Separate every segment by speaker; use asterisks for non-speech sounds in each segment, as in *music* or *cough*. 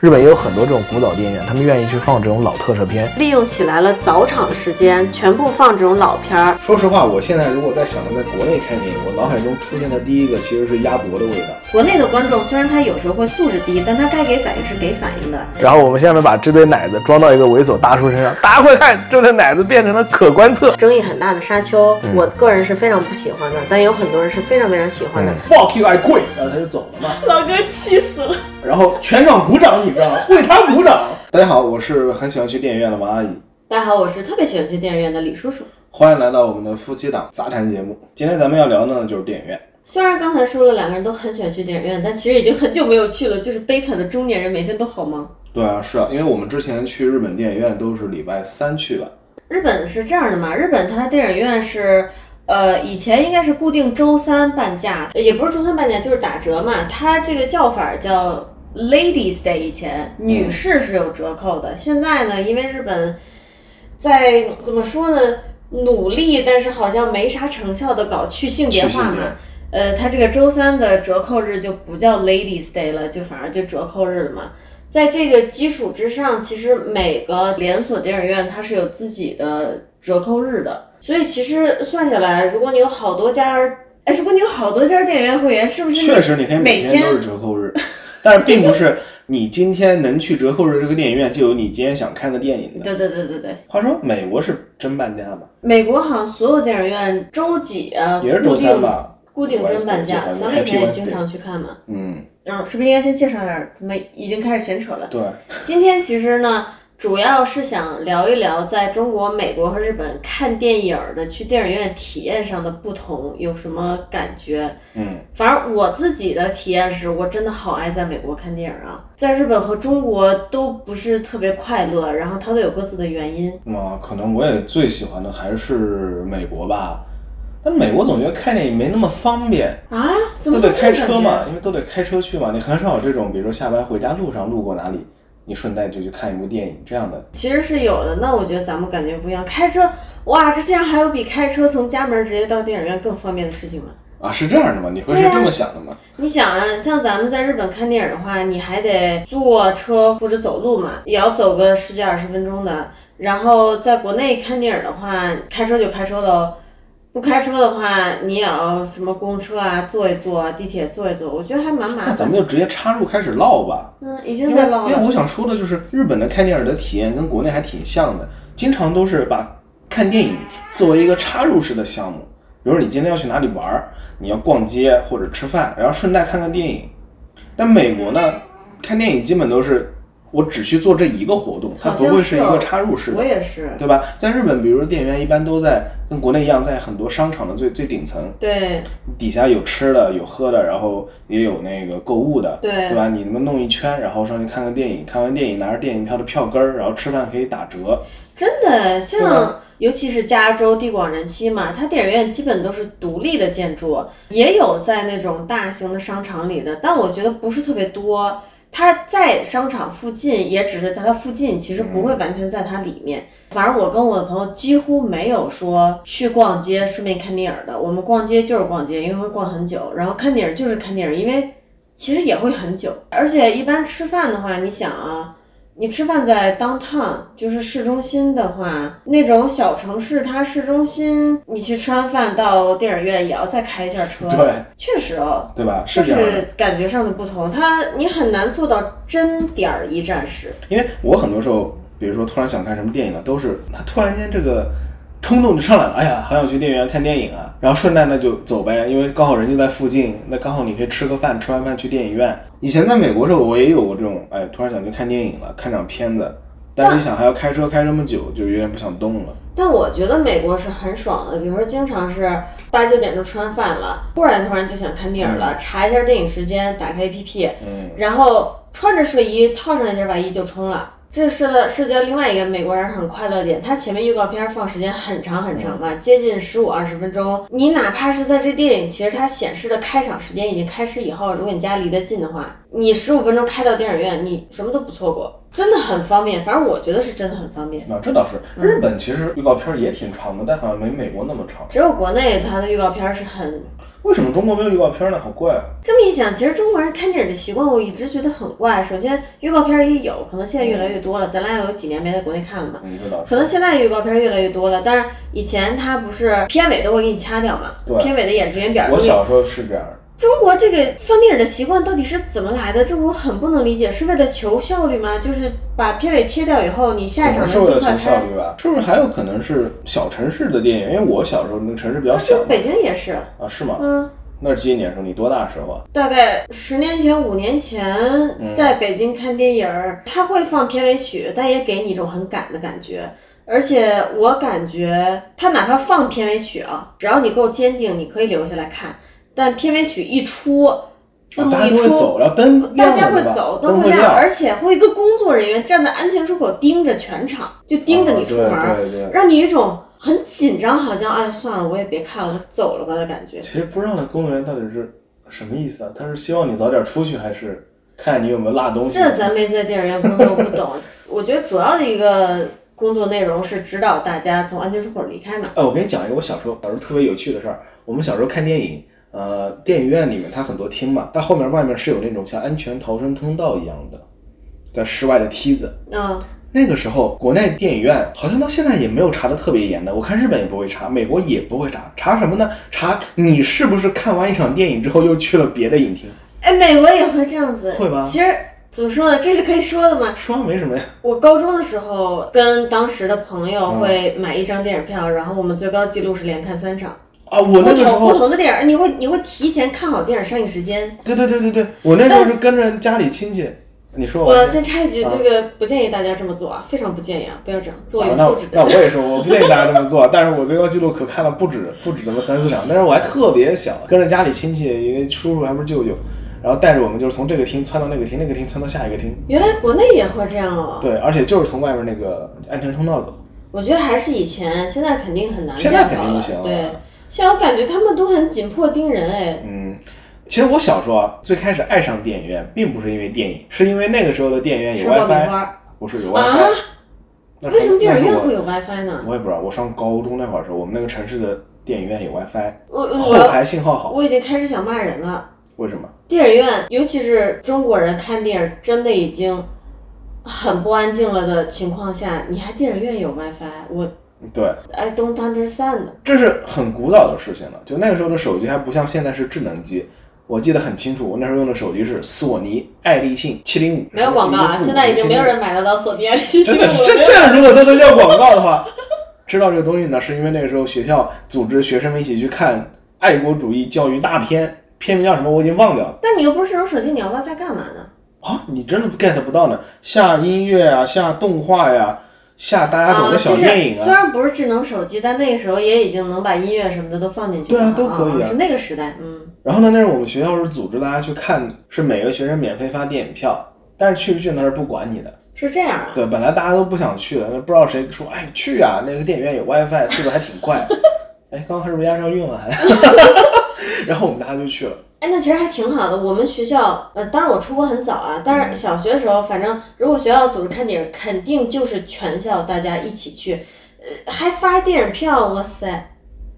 Speaker 1: 日本也有很多这种古早电影院，他们愿意去放这种老特摄片。
Speaker 2: 利用起来了早场时间，全部放这种老片儿。
Speaker 3: 说实话，我现在如果在想着在国内看电影，我脑海中出现的第一个其实是鸭脖的味道。
Speaker 4: 国内的观众虽然他有时候会素质低，但他该给反应是给反应的。
Speaker 1: 然后我们下面把这堆奶子装到一个猥琐大叔身上，大家快看，这堆奶子变成了可观测。
Speaker 2: 争议很大的《沙丘》，我个人是非常不喜欢的，但也有很多人是非常非常喜欢的。
Speaker 3: Fuck you, I quit！然后他就走了嘛，
Speaker 5: 老哥气死了。
Speaker 3: 然后全场鼓掌，你知道吗？为他鼓掌。大家好，我是很喜欢去电影院的王阿姨，
Speaker 2: 大家好，我是特别喜欢去电影院的李叔叔。
Speaker 3: 欢迎来到我们的夫妻档杂谈节目。今天咱们要聊的呢就是电影院。
Speaker 2: 虽然刚才说了两个人都很喜欢去电影院，但其实已经很久没有去了。就是悲惨的中年人每天都好忙。
Speaker 3: 对啊，是啊，因为我们之前去日本电影院都是礼拜三去的，
Speaker 2: 日本是这样的嘛？日本它电影院是，呃，以前应该是固定周三半价，呃也不是周三半价，就是打折嘛。它这个叫法叫 Ladies Day，以前
Speaker 3: 嗯
Speaker 2: 女士是有折扣的。现在呢，因为日本在怎么说呢，努力，但是好像没啥成效的搞去性别
Speaker 3: 去
Speaker 2: 化
Speaker 3: 性
Speaker 2: 嘛
Speaker 3: 别。。
Speaker 2: 呃，它这个周三的折扣日就不叫 Ladies Day 了，就反而就折扣日了嘛。在这个基础之上，其实每个连锁电影院它是有自己的折扣日的，所以其实算下来，如果你有好多家儿，哎，如果你有好多家儿电影院会员，是不是你
Speaker 3: 确实，你可以
Speaker 2: 每
Speaker 3: 每天都是折扣日，但是并不 *laughs* 是你今天能去折扣日这个电影院就有你今天想看的电影的。
Speaker 2: 对对对对对，
Speaker 3: 话说美国是真半价吧？
Speaker 2: 美国好像所有电影院周几啊，
Speaker 3: 也是周三吧？
Speaker 2: 固定固定真半价，
Speaker 3: Wednesday，
Speaker 2: 咱们以前
Speaker 3: Happy
Speaker 2: 也
Speaker 3: Wednesday
Speaker 2: 经常去看嘛。
Speaker 3: 嗯，
Speaker 2: 嗯，是不是应该先介绍一下？怎么已经开始闲扯了？
Speaker 3: 对，
Speaker 2: 今天其实呢，主要是想聊一聊在中国、美国和日本看电影儿的去电影院体验上的不同，有什么感觉？
Speaker 3: 嗯，
Speaker 2: 反正我自己的体验是我真的好爱在美国看电影儿啊，在日本和中国都不是特别快乐，然后它都有各自的原因。
Speaker 3: 啊、可能我也最喜欢的还是美国吧，但美国总觉得看电影没那么方便，
Speaker 2: 啊？怎
Speaker 3: 都
Speaker 2: 么
Speaker 3: 得
Speaker 2: 会这
Speaker 3: 开
Speaker 2: 种
Speaker 3: 车
Speaker 2: 感觉
Speaker 3: 嘛，？因为都得开车去嘛，你很少有这种，比如说下班回家路上路过哪里，你顺带就去看一部电影这样的。
Speaker 2: 其实是有的，那我觉得咱们感觉不一样。开车，哇，这竟然还有比开车从家门儿直接到电影院更方便的事情吗？
Speaker 3: 啊，是这样的吗？你会是这么想的吗？
Speaker 2: 你想啊，像咱们在日本看电影的话，你还得坐车或者走路嘛，也要走个十几二十分钟的。然后在国内看电影的话，开车就开车喽，不开车的话，你也要什么公车啊坐一坐，地铁坐一坐，我觉得还蛮麻
Speaker 3: 那
Speaker 2: 烦。
Speaker 3: 咱们就直接插入开始唠吧，
Speaker 2: 嗯，已
Speaker 3: 因
Speaker 2: 经
Speaker 3: 为
Speaker 2: 在唠
Speaker 3: 因为
Speaker 2: 了。
Speaker 3: 我想说的就是日本的看电影的体验跟国内还挺像的，经常都是把看电影作为一个插入式的项目，比如你今天要去哪里玩儿，你要逛街或者吃饭，然后顺带看看电影。但美国呢，看电影基本都是我只去做这一个活动，它
Speaker 2: 好
Speaker 3: 不
Speaker 2: 像
Speaker 3: 会
Speaker 2: 是
Speaker 3: 一
Speaker 2: 哦
Speaker 3: 个插入式的
Speaker 2: 我。也是，
Speaker 3: 对吧？在日本，比如说电影院一般都在跟国内一样，在很多商场的最最顶层，
Speaker 2: 对
Speaker 3: 底下有吃的，有喝的，然后也有那个购物的，
Speaker 2: 对
Speaker 3: 对吧？你们弄一圈，然后上去看个电影，看完电影拿着电影票的票根儿，然后吃饭可以打折。
Speaker 2: 真的
Speaker 3: 对
Speaker 2: 像
Speaker 3: 吧，
Speaker 2: 尤其是加州地广人稀嘛，它电影院基本都是独立的建筑，也有在那种大型的商场里的，但我觉得不是特别多。它在商场附近，也只是在它附近，其实不会完全在它里面。反正我跟我的朋友几乎没有说去逛街顺便看电影的，我们逛街就是逛街，因为会逛很久，然后看电影就是看电影，因为其实也会很久。而且一般吃饭的话，你想啊，你吃饭在 downtown，就是市中心的话，那种小城市，它市中心你去吃完饭到电影院也要再开一下车。
Speaker 3: 对，
Speaker 2: 确实哦，
Speaker 3: 对吧？
Speaker 2: 就是
Speaker 3: 这样的。
Speaker 2: 是感觉上的不同，它你很难做到真点儿一站式。
Speaker 3: 因为我很多时候，比如说突然想看什么电影了，啊都是他突然间这个冲动就上来了，哎呀，好想去电影院看电影啊，然后顺带那就走呗，因为刚好人就在附近，那刚好你可以吃个饭，吃完饭去电影院。以前在美国时候，我也有过这种，哎，突然想去看电影了，看场片子，但是你想还要开车开这么久，就有点不想动了。
Speaker 2: 但我觉得美国是很爽的，比如说经常是八九点钟吃完饭了，忽然突然就想看电影了，查一下电影时间，打开 APP，
Speaker 3: 嗯，
Speaker 2: 然后穿着睡衣套上一件外衣就冲了。这是的，是叫另外一个美国人很快乐的点，他前面预告片放时间很长很长了，接近十五二十分钟。你哪怕是在这电影，其实它显示的开场时间已经开始以后，如果你家离得近的话，你十五分钟开到电影院，你什么都不错过，真的很方便。反正我觉得是真的很方便。
Speaker 3: 那这倒是，日本其实预告片儿也挺长的，但好像没美国那么长。
Speaker 2: 只有国内它的预告片是很
Speaker 3: 为什么中国没有预告片儿呢？好怪啊！
Speaker 2: 这么一想，其实中国人看电影的习惯，我一直觉得很怪。首先，预告片也有，可能现在越来越多了。咱俩有几年没在国内看了嘛，
Speaker 3: 你知道
Speaker 2: 可能现在预告片越来越多了。但是以前它不是片尾都会给你掐掉嘛
Speaker 3: 对，
Speaker 2: 片尾的演职员表都
Speaker 3: 我
Speaker 2: 有。
Speaker 3: 小时候是这样的，
Speaker 2: 中国这个放电影的习惯到底是怎么来的？这我很不能理解，是为了求效率吗？就是把片尾切掉以后，你下一
Speaker 3: 可能
Speaker 2: 场
Speaker 3: 是
Speaker 2: 能
Speaker 3: 为
Speaker 2: 尽
Speaker 3: 了
Speaker 2: 快
Speaker 3: 求
Speaker 2: 拍
Speaker 3: 效。率吧？是不是还有可能是小城市的电影？因为我小时候那个城市比较
Speaker 2: 可
Speaker 3: 小
Speaker 2: 是北京也是，
Speaker 3: 嘛啊，是吗？
Speaker 2: 嗯，
Speaker 3: 那是几几年的时候？你多大时候啊？
Speaker 2: 大概十年前、五年前，在北京看电影儿，他会放片尾曲，但也给你一种很赶的感觉。而且我感觉，他哪怕放片尾曲啊，只要你够坚定，你可以留下来看。但片尾曲一出，字幕
Speaker 3: 啊大家
Speaker 2: 一
Speaker 3: 都会
Speaker 2: 出，
Speaker 3: 走，然后灯
Speaker 2: 大
Speaker 3: 亮
Speaker 2: 家
Speaker 3: 了
Speaker 2: 会
Speaker 3: 对吧
Speaker 2: 走，
Speaker 3: 灯
Speaker 2: 会亮，
Speaker 3: 亮，
Speaker 2: 而且会有一个工作人员站在安全出口盯着全场，就盯着你出门儿，
Speaker 3: 哦对对对。
Speaker 2: 让你有一种很紧张，好像哎算了，我也别看了，我走了吧的感觉。
Speaker 3: 其实不知道那工作人员到底是什么意思啊？他是希望你早点出去，还是看你有没有落东西？
Speaker 2: 这咱没在电影院工作，我不懂。我觉得主要的一个工作内容是指导大家从安全出口离开嘛。
Speaker 3: 哎，我跟你讲一个我小时候小时候特别有趣的事儿。我们小时候看电影，呃，电影院里面它很多厅嘛，但后面外面是有那种像安全逃生通道一样的，在室外的梯子。
Speaker 2: 嗯，
Speaker 3: 那个时候，国内电影院好像到现在也没有查的特别严的，我看日本也不会查，美国也不会查，查什么呢？查你是不是看完一场电影之后又去了别的影厅？
Speaker 2: 哎，美国也会这样子，
Speaker 3: 会吧
Speaker 2: 其实怎么说呢，这是可以说的嘛。
Speaker 3: 说没什么呀，
Speaker 2: 我高中的时候跟当时的朋友
Speaker 3: 嗯
Speaker 2: 会买一张电影票，然后我们最高记录是连看三场，
Speaker 3: 啊，我
Speaker 2: 不
Speaker 3: 那个时
Speaker 2: 同不
Speaker 3: 候，
Speaker 2: 同的电影，你会你会提前看好电影上映时间。
Speaker 3: 对对对对对，我那时候是跟着家里亲戚，你说
Speaker 2: 我
Speaker 3: 我
Speaker 2: 先插一句，
Speaker 3: 啊
Speaker 2: 这个不建议大家这么做啊，非常不建议啊，不要这样做有
Speaker 3: 啊那
Speaker 2: 素
Speaker 3: 我
Speaker 2: 质的
Speaker 3: 那我也是，我不建议大家这么做。但是我最高记录可看了不止不止这么三四场，但是我还特别小，跟着家里亲戚，一个叔叔还不是舅舅，然后带着我们就是从这个厅窜到那个厅，那个厅窜到下一个厅。
Speaker 2: 原来国内也会这样哦。
Speaker 3: 对，而且就是从外面那个安全通道走。
Speaker 2: 我觉得还是以前，现在肯定很难这
Speaker 3: 现在
Speaker 2: 样搞
Speaker 3: 肯
Speaker 2: 了。
Speaker 3: 定不行了
Speaker 2: 对，像我感觉他们都很紧迫盯人，哎，
Speaker 3: 嗯，其实我小时候啊，最开始爱上电影院，并不是因为电影，是因为那个时候的电影院
Speaker 2: 吃
Speaker 3: 有
Speaker 2: 爆米
Speaker 3: WiFi，
Speaker 2: 花
Speaker 3: 不是有
Speaker 2: 啊
Speaker 3: WiFi。？那时候
Speaker 2: 为什么电影院会？
Speaker 3: 那时
Speaker 2: 有 WiFi
Speaker 3: 候
Speaker 2: 呢？
Speaker 3: 我我也不知道，我上高中那会儿的时候，我们那个城市的电影院有 WiFi，
Speaker 2: 我
Speaker 3: 嗯后
Speaker 2: 我
Speaker 3: 排信号好。
Speaker 2: 我已经开始想骂人了。
Speaker 3: 为什么？
Speaker 2: 电影院，尤其是中国人看电影，真的已经很不安静了的情况下，你还电影院有 WiFi，我
Speaker 3: 对，
Speaker 2: I don't understand。
Speaker 3: 这是很古老的事情了。就那个时候的手机还不像现在是智能机，我记得很清楚，我那时候用的手机是索尼爱立信七零五，
Speaker 2: 没有广告啊，现在已经没有人买得到索尼爱立信
Speaker 3: *laughs* 真
Speaker 2: 了
Speaker 3: 的是这这样，如果都能叫广告的话，知道这个东西呢，是因为那个时候学校组织学生们一起去看爱国主义教育大片，片名叫什么我已经忘掉了
Speaker 2: 但你又不是智能手机，你要 WiFi 干嘛呢？
Speaker 3: 啊，你真的 get 不到呢，下音乐啊，下动画呀、下大家懂的小电
Speaker 2: 啊
Speaker 3: 影啊
Speaker 2: 就是、虽然不是智能手机，但那个时候也已经能把音乐什么的都放进去
Speaker 3: 对啊
Speaker 2: 了
Speaker 3: 都可以啊
Speaker 2: 是那个时代，嗯，
Speaker 3: 然后呢，那是我们学校是组织大家去看，是每个学生免费发电影票，但是去不去那是不管你的。
Speaker 2: 是这样啊。
Speaker 3: 对，本来大家都不想去的，那不知道谁说，哎，去啊，那个电影院有 WiFi，速度还挺快。 *laughs* 哎，刚刚是不是压上运了还？ *laughs* 然后我们大家就去了。
Speaker 2: 哎，那其实还挺好的。我们学校，呃，当然我出国很早啊，但
Speaker 3: 嗯
Speaker 2: 是小学的时候，反正如果学校组织看电影，肯定就是全校大家一起去，呃，还发电影票，哇塞！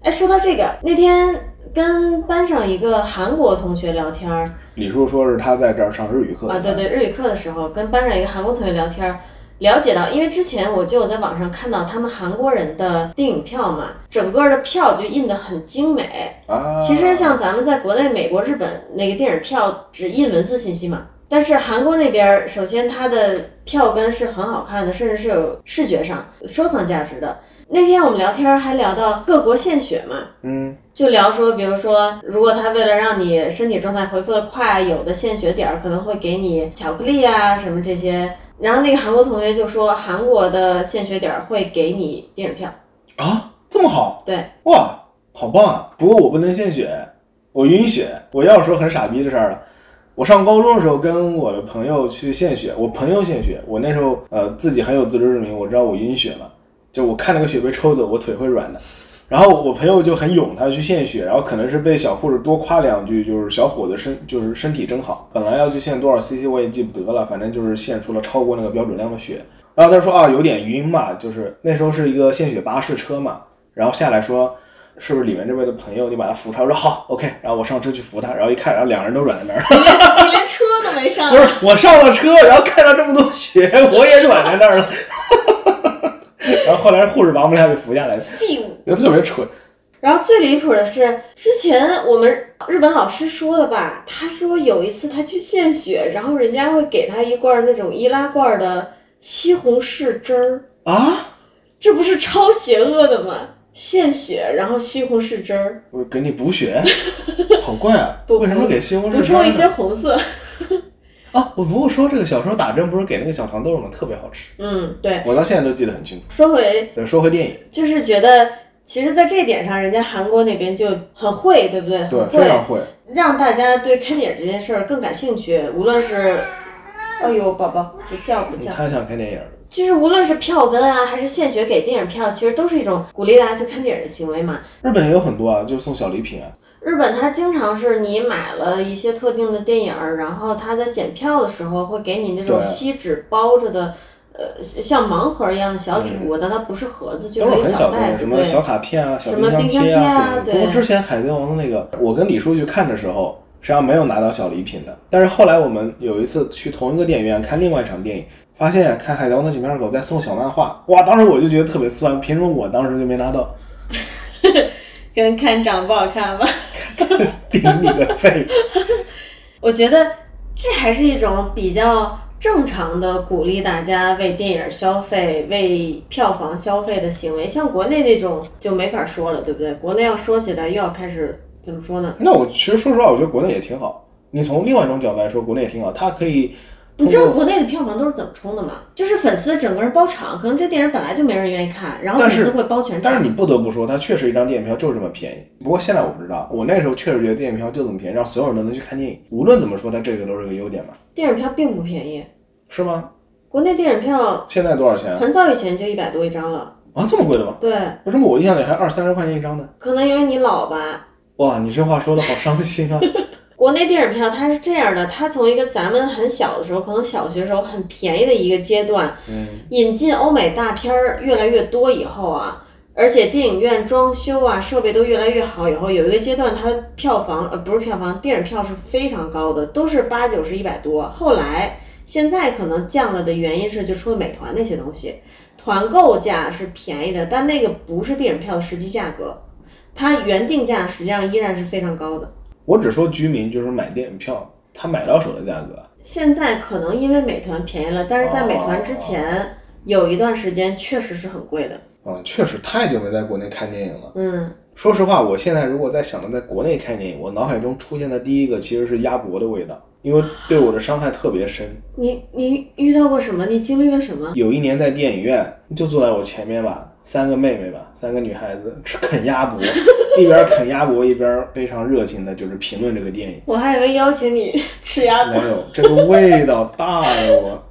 Speaker 2: 哎，说到这个，那天跟班上一个韩国同学聊天儿，
Speaker 3: 李叔说是他在这儿上日语课
Speaker 2: 啊，对对，日语课的时候跟班上一个韩国同学聊天儿，了解到，因为之前我就有在网上看到他们韩国人的电影票嘛，整个的票就印得很精美。
Speaker 3: 啊，
Speaker 2: 其实像咱们在国内、美国、日本那个电影票只印文字信息嘛，但是韩国那边儿首先它的票根是很好看的，甚至是有视觉上收藏价值的。那天我们聊天儿还聊到各国献血嘛，
Speaker 3: 嗯，
Speaker 2: 就聊说，比如说，如果他为了让你身体状态恢复的快，有的献血点儿可能会给你巧克力啊什么这些。然后那个韩国同学就说，韩国的献血点儿会给你电影票。
Speaker 3: 啊，这么好，
Speaker 2: 对，
Speaker 3: 哇，好棒啊！不过我不能献血，我晕血。我要说很傻逼的事儿了。我上高中的时候跟我的朋友去献血，我朋友献血，我那时候呃自己很有自知之明，我知道我晕血了，就我看那个血被抽走，我腿会软的。然后我朋友就很勇，他去献血，然后可能是被小护士多夸两句，就是小伙子身就是身体真好。本来要去献多少 cc 我也记不得了，反正就是献出了超过那个标准量的血。然后他说啊有点晕嘛，就是那时候是一个献血巴士车嘛，然后下来说是不是里面这位的朋友，你把他扶出来。我说好，OK，然后我上车去扶他，然后一看，然后两个人都软在那儿。
Speaker 2: 你连车都没上
Speaker 3: 不，是 *laughs* 我上了车，然后看到这么多血，我也软在那儿了。 *laughs* 然后后来是护士把我们俩给扶下来的，
Speaker 2: 废物。
Speaker 3: 就特别蠢。
Speaker 2: 然后最离谱的是，之前我们日本老师说的吧，他说有一次他去献血，然后人家会给他一罐那种易拉罐的西红柿汁儿，
Speaker 3: 啊！
Speaker 2: 这不是超邪恶的吗？献血，然后西红柿汁儿，
Speaker 3: 我给你补血，好怪啊！
Speaker 2: *laughs* 不
Speaker 3: 为什么给西红柿
Speaker 2: 补
Speaker 3: 汁儿
Speaker 2: 充
Speaker 3: 呢
Speaker 2: 一些红色。
Speaker 3: 啊？我不过说这个小时候打针不是给那个小糖豆吗？特别好吃，
Speaker 2: 嗯，对。
Speaker 3: 我到现在都记得很清楚。
Speaker 2: 说回
Speaker 3: 对说回电影，
Speaker 2: 就是觉得，其实，在这一点上，人家韩国那边就很会，对不对？
Speaker 3: 对，
Speaker 2: 很
Speaker 3: 非常
Speaker 2: 会
Speaker 3: 会。
Speaker 2: 让大家对看电影这件事儿更感兴趣，无论是。哎呦，宝宝不叫不叫，
Speaker 3: 他想看电影，
Speaker 2: 就是无论是票根啊，还是献血给电影票，其实都是一种鼓励大家去看电影的行为嘛。
Speaker 3: 日本也有很多啊，就是送小礼品啊。
Speaker 2: 日本它经常是你买了一些特定的电影儿，然后它在检票的时候会给你那种
Speaker 3: 对
Speaker 2: 锡纸包着的，呃，像盲盒一样的小礼物，但它不是盒子，就
Speaker 3: 嗯都
Speaker 2: 是一
Speaker 3: 是
Speaker 2: 个
Speaker 3: 很小的
Speaker 2: 袋
Speaker 3: 那种，
Speaker 2: 子，
Speaker 3: 什
Speaker 2: 对
Speaker 3: 么，小卡片啊、小
Speaker 2: 什么
Speaker 3: 箱
Speaker 2: 冰箱
Speaker 3: 贴
Speaker 2: 贴啊
Speaker 3: 对。不过
Speaker 2: 对
Speaker 3: 之前《海贼王》的那个，我跟李叔去看的时候，实际上没有拿到小礼品的。但是后来我们有一次去同一个电影院看另外一场电影，发现啊看《海贼王》的几面狗在送小漫画，哇！当时我就觉得特别酸，凭什么我当时就没拿到？
Speaker 2: 跟看长不好看吧。
Speaker 3: 顶你个肺！
Speaker 2: 我觉得这还是一种比较正常的鼓励大家为电影消费、为票房消费的行为。像国内那种就没法说了，对不对？国内要说起来又要开始怎么说呢？
Speaker 3: *laughs* 那我其实说实话，我觉得国内也挺好。你从另外一种角度来说，国内也挺好， *laughs* 它可以
Speaker 2: 你
Speaker 3: 通
Speaker 2: 知道
Speaker 3: 过。
Speaker 2: 国内的票房都是怎么冲的吗？就是粉丝整个人包场，可能这电影本来就没人愿意看，然后粉
Speaker 3: 但是
Speaker 2: 丝会包全
Speaker 3: 但
Speaker 2: 场
Speaker 3: 是。你不得不说，它确实一张电影票就是这么便宜。不过现在我不知道，我那时候确实觉得电影票就这么便宜，让所有人都能去看电影。无论怎么说，它这个都是个优点嘛，
Speaker 2: 电影票并不便宜，
Speaker 3: 是吗？
Speaker 2: 国内电影票
Speaker 3: 现在多少钱啊？
Speaker 2: 很早以前就一百多一张了。
Speaker 3: *laughs* 啊，这么贵的吗？
Speaker 2: 对，
Speaker 3: 为什么我印象里还二三十块钱一张呢？
Speaker 2: 可能因为你老吧，
Speaker 3: 哇，你这话说的好伤心啊！ *laughs*
Speaker 2: 国内电影票它是这样的，它从一个咱们很小的时候，可能小学时候很便宜的一个阶段，
Speaker 3: 嗯，
Speaker 2: 引进欧美大片儿越来越多以后啊，而且电影院装修啊设备都越来越好以后，有一个阶段它票房呃不是票房，电影票是非常高的，都是八九十一百多。后来现在可能降了的原因是就出了美团那些东西，团购价是便宜的，但那个不是电影票的实际价格，它原定价实际上依然是非常高的。
Speaker 3: 我只说居民就是买电影票，他买到手的价格。
Speaker 2: 现在可能因为美团便宜了，但是在美团之前有一段时间确实是很贵的。
Speaker 3: 嗯，确实太久没在国内看电影了。
Speaker 2: 嗯，
Speaker 3: 说实话，我现在如果在想着在国内看电影，我脑海中出现的第一个其实是鸭脖的味道，因为对我的伤害特别深。
Speaker 2: 你你遇到过什么？你经历了什么？
Speaker 3: 有一年在电影院，就坐在我前面吧，三个妹妹吧，三个女孩子吃啃鸭脖， *laughs* 一边啃鸭脖一边非常热情的就是评论这个电影。
Speaker 2: 我还以为邀请你吃鸭
Speaker 3: 没
Speaker 2: 脖。
Speaker 3: 有，这个味道大的我。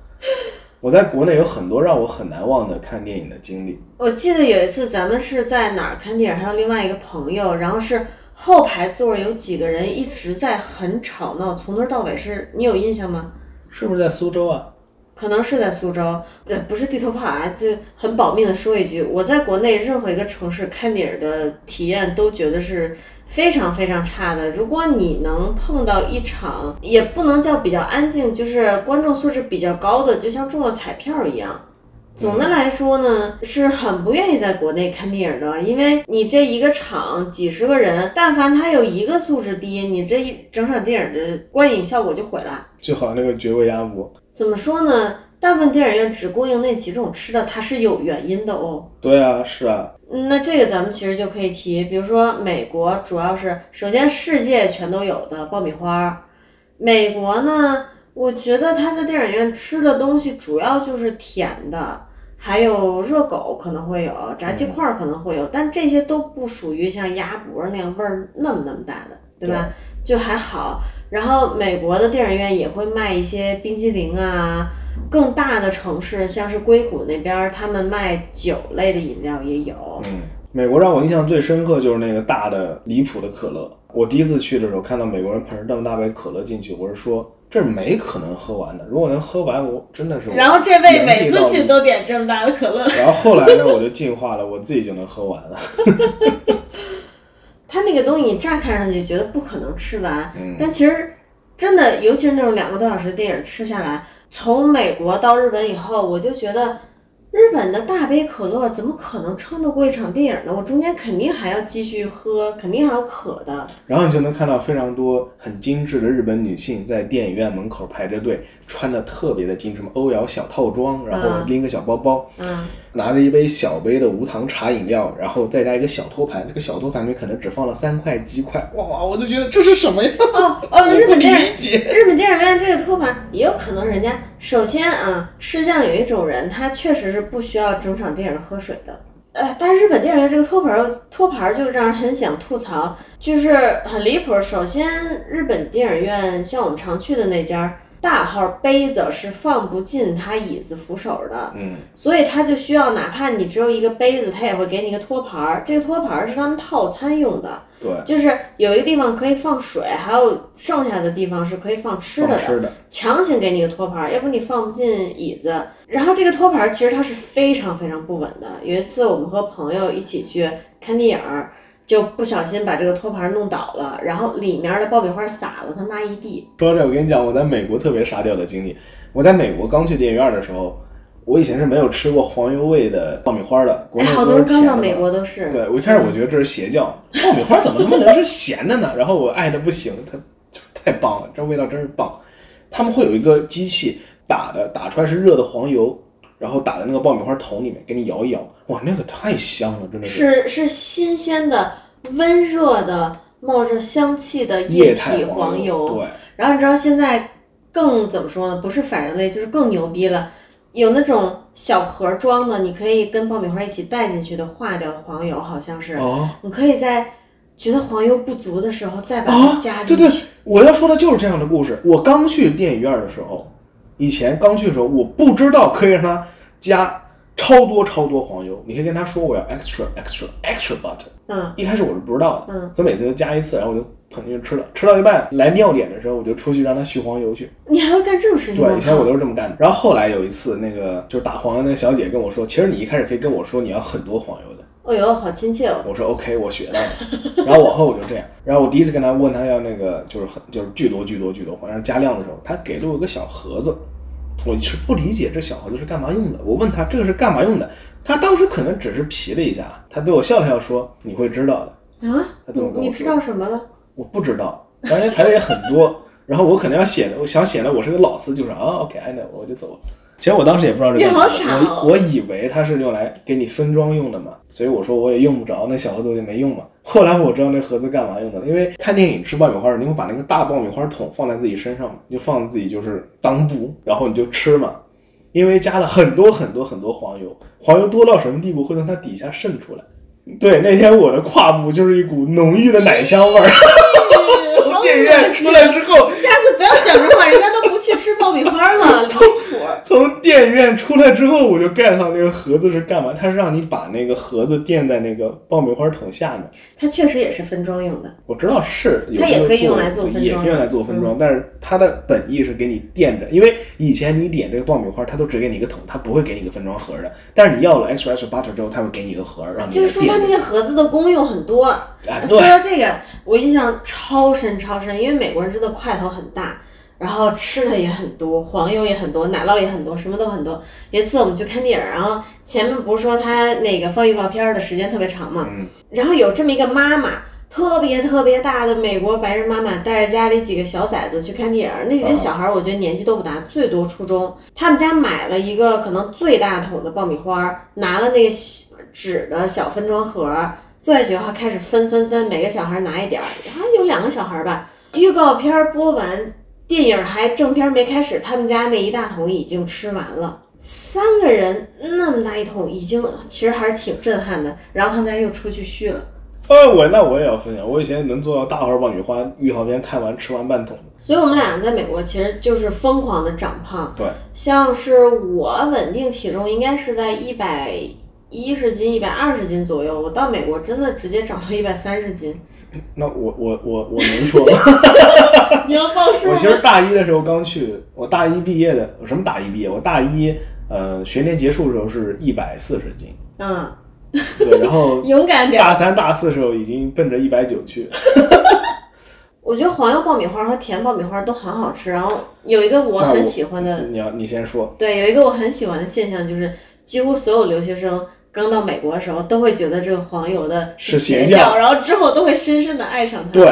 Speaker 3: 我在国内有很多让我很难忘的看电影的经历，
Speaker 2: 我记得有一次咱们是在哪儿看电影，还有另外一个朋友，然后是后排座有几个人一直在很吵闹，从头到尾是你有印象吗？
Speaker 3: 是不是在苏州啊？
Speaker 2: 可能是在苏州，对，不是地图炮啊，就很保命的说一句，我在国内任何一个城市看电影的体验都觉得是非常非常差的。如果你能碰到一场，也不能叫比较安静，就是观众素质比较高的，就像中了彩票一样。总的来说呢，是很不愿意在国内看电影的，因为你这一个场几十个人，但凡他有一个素质低，你这一整场电影的观影效果就毁了。
Speaker 3: 就好像那个绝味鸭脖。
Speaker 2: 怎么说呢？大部分电影院只供应那几种吃的，它是有原因的哦。
Speaker 3: 对啊，是啊，
Speaker 2: 嗯那这个咱们其实就可以提，比如说美国主要是，首先世界全都有的爆米花儿，美国呢，我觉得它在电影院吃的东西主要就是甜的，还有热狗可能会有，炸鸡块儿可能会有，但这些都不属于像鸭脖那样味儿那么那么大的，对吧？就还好。然后美国的电影院也会卖一些冰激凌啊。更大的城市，像是硅谷那边儿，他们卖酒类的饮料也有。
Speaker 3: 嗯，美国让我印象最深刻就是那个大的离谱的可乐。我第一次去的时候，看到美国人捧着这么大杯可乐进去，我是说这是没可能喝完的。如果能喝完，我真的是我
Speaker 2: 然后这位
Speaker 3: 原地
Speaker 2: 每
Speaker 3: 到
Speaker 2: 次
Speaker 3: 底
Speaker 2: 去都点这么大的可乐，
Speaker 3: 然后后来呢，我就进化了，我自己就能喝完了。 *laughs*
Speaker 2: 它那个东西你乍看上去觉得不可能吃完，但其实真的，尤其是那种两个多小时的电影吃下来，从美国到日本以后，我就觉得日本的大杯可乐怎么可能撑得过一场电影呢？我中间肯定还要继续喝，肯定还要渴的。
Speaker 3: 然后你就能看到非常多很精致的日本女性在电影院门口排着队，穿的特别的精致，什么欧瑶小套装，然后拎个小包包，
Speaker 2: 嗯，
Speaker 3: 拿着一杯小杯的无糖茶饮料，然后再加一个小托盘，这个小托盘里面可能只放了三块鸡块，哇，我就觉得这是什么呀？
Speaker 2: 哦哦，
Speaker 3: 我
Speaker 2: 日
Speaker 3: 不
Speaker 2: 本
Speaker 3: 理
Speaker 2: 电影
Speaker 3: 解。
Speaker 2: 日本电影院这个托盘，也有可能人家首先啊，世界上有一种人，他确实是不需要整场电影喝水的。呃，但日本电影院这个托盘儿托盘儿就让人很想吐槽，就是很离谱。首先，日本电影院像我们常去的那家儿大号杯子是放不进它椅子扶手的，
Speaker 3: 嗯，
Speaker 2: 所以他就需要哪怕你只有一个杯子，他也会给你一个托盘儿。这个托盘儿是他们套餐用的，
Speaker 3: 对，
Speaker 2: 就是有一个地方可以放水，还有剩下的地方是可以放吃的
Speaker 3: 放
Speaker 2: 的。
Speaker 3: 吃的，
Speaker 2: 强行给你个托盘儿，要不你放不进椅子。然后这个托盘儿其实它是非常非常不稳的。有一次我们和朋友一起去看电影儿，就不小心把这个托盘儿弄倒了，然后里面的爆米花撒了他妈一地。
Speaker 3: 说到这，我跟你讲，我在美国特别沙雕的经历。我在美国刚去电影院的时候，我以前是没有吃过黄油味的爆米花的。国
Speaker 2: 哎，
Speaker 3: 内
Speaker 2: 好
Speaker 3: 都
Speaker 2: 多
Speaker 3: 是
Speaker 2: 人刚
Speaker 3: 甜
Speaker 2: 到
Speaker 3: 的
Speaker 2: 美
Speaker 3: 嘛
Speaker 2: 国都是。
Speaker 3: 对，我一开始我觉得这是邪教，爆米花怎么他妈能是咸的呢？然后我爱的不行，它就是太棒了，这味道真是棒。他们会有一个机器打的，打出来是热的黄油，然后打在那个爆米花桶里面，给你摇一摇，哇，那个太香了，真的
Speaker 2: 是是新鲜的、温热的、冒着香气的
Speaker 3: 液
Speaker 2: 液
Speaker 3: 态
Speaker 2: 体
Speaker 3: 黄
Speaker 2: 黄油。
Speaker 3: 对，
Speaker 2: 然后你知道现在更怎么说呢？不是反人类，就是更牛逼了。有那种小盒装的，你可以跟爆米花一起带进去的化掉的黄油，好像是。
Speaker 3: 哦，
Speaker 2: 你可以在觉得黄油不足的时候再把它加
Speaker 3: 啊对
Speaker 2: 进去。
Speaker 3: 对，我要说的就是这样的故事。我刚去电影院的时候，以前刚去的时候，我不知道可以让他加超多超多黄油，你可以跟他说我要 extra extra extra butter。
Speaker 2: 嗯，
Speaker 3: 一开始我是不知道的，
Speaker 2: 嗯，
Speaker 3: 所以每次就加一次，然后我就捧进去吃了，吃到一半来尿点的时候，我就出去让他续黄油去。
Speaker 2: 你还会干这种事情吗？
Speaker 3: 对，以前我都是这么干的。然后后来有一次，那个就是打黄油那个小姐跟我说，其实你一开始可以跟我说你要很多黄油的。
Speaker 2: 哦呦，好亲切哦！
Speaker 3: 我说 OK，我学到了。然后往后我就这样。然后我第一次跟他问他要那个，就是很就是巨多巨多巨多，然后加量的时候，他给了我个小盒子，我是不理解这小盒子是干嘛用的。我问他这个是干嘛用的，他当时可能只是皮了一下，他对我笑了笑说：“你会知道的。
Speaker 2: 啊，
Speaker 3: 他怎么跟我说
Speaker 2: 你你知道什么了？”
Speaker 3: 我不知道，而且排的也很多。 *laughs* 然后我可能要显得，我想显得我是个老司机，就是啊，OK，I、know，我就走了。其实我当时也不知道这个，
Speaker 2: 你好傻哦
Speaker 3: 我我以为它是用来给你分装用的嘛，所以我说我也用不着，那小盒子我就没用嘛。后来我知道那盒子干嘛用的，因为看电影吃爆米花，你会把那个大爆米花桶放在自己身上嘛，你就放自己就是当布，然后你就吃嘛。因为加了很多很多很多黄油，黄油多到什么地步会从它底下渗出来。对，那天我的胯部就是一股浓郁的奶香味儿。 *laughs* 从电
Speaker 2: 哦
Speaker 3: 影院出来之后，
Speaker 2: 下次不要讲这话，人家都不去吃爆米花
Speaker 3: *laughs*
Speaker 2: 了，离谱！
Speaker 3: 从电影院出来之后，我就 get 到那个盒子是干嘛？它是让你把那个盒子垫在那个爆米花桶下面。
Speaker 2: 它确实也是分装用的。
Speaker 3: 我知道是有
Speaker 2: 它也
Speaker 3: 这个
Speaker 2: 可以用来做
Speaker 3: 作用
Speaker 2: 分
Speaker 3: 也
Speaker 2: 装嗯
Speaker 3: 可以用来做分装，但是它的本意是给你垫着，因为以前你点这个爆米花，它都只给你一个桶，它不会给你一个分装盒的。但是你要了 extra extra butter 之后，它会给你一个盒，让你
Speaker 2: 就是
Speaker 3: 来
Speaker 2: 说，它那
Speaker 3: 垫。
Speaker 2: 个盒子的功用很多。
Speaker 3: 啊，
Speaker 2: 说
Speaker 3: 对，
Speaker 2: 到这个，我印象超深超深，因为美国人真的块头很大，然后吃的也很多，黄油也很多，奶酪也很多，什么都很多。有一次我们去看电影，然后前面不是说他那个放预告片的时间特别长嘛，
Speaker 3: 嗯
Speaker 2: 然后有这么一个妈妈。特别特别大的美国白人妈妈带着家里几个小崽子去看电影，那些小孩儿我觉得年纪都不大，最多初中。他们家买了一个可能最大桶的爆米花，拿了那个小纸的小分装盒，坐在学校开始分分分，每个小孩拿一点儿，好像有两个小孩儿吧。预告片儿播完，电影还正片儿没开始，他们家那一大桶已经吃完了。三个人那么大一桶，已经其实还是挺震撼的。然后他们家又出去续了，
Speaker 3: 呃，我那我也要分享，我以前能做到大盒爆米花预告片看完吃完半桶。
Speaker 2: 所以我们俩在美国其实就是疯狂的长胖。
Speaker 3: 对，
Speaker 2: 像是我稳定体重应该是在一百一十斤、一百二十斤左右，我到美国真的直接涨到一百三十
Speaker 3: *laughs*
Speaker 2: 斤。
Speaker 3: 那我我我我能说吗？
Speaker 2: 你要报数
Speaker 3: 我
Speaker 2: 吗
Speaker 3: 其？实大一的时候刚去，我大一毕业的，我什么大一毕业？我大一呃学年结束的时候是一百四十斤，
Speaker 2: 嗯，
Speaker 3: 对，然后
Speaker 2: 勇敢点儿。
Speaker 3: 大三大四时候已经奔着一百九去。
Speaker 2: 我觉得黄油爆米花和甜爆米花都很好吃。然后有一个我
Speaker 3: 那我
Speaker 2: 很喜欢的，
Speaker 3: 你要你先说，
Speaker 2: 对，有一个我很喜欢的现象就是，几乎所有留学生刚到美国的时候都会觉得这个黄油的
Speaker 3: 是
Speaker 2: 邪
Speaker 3: 邪教
Speaker 2: 然后之后都会深深的爱上它。
Speaker 3: 对，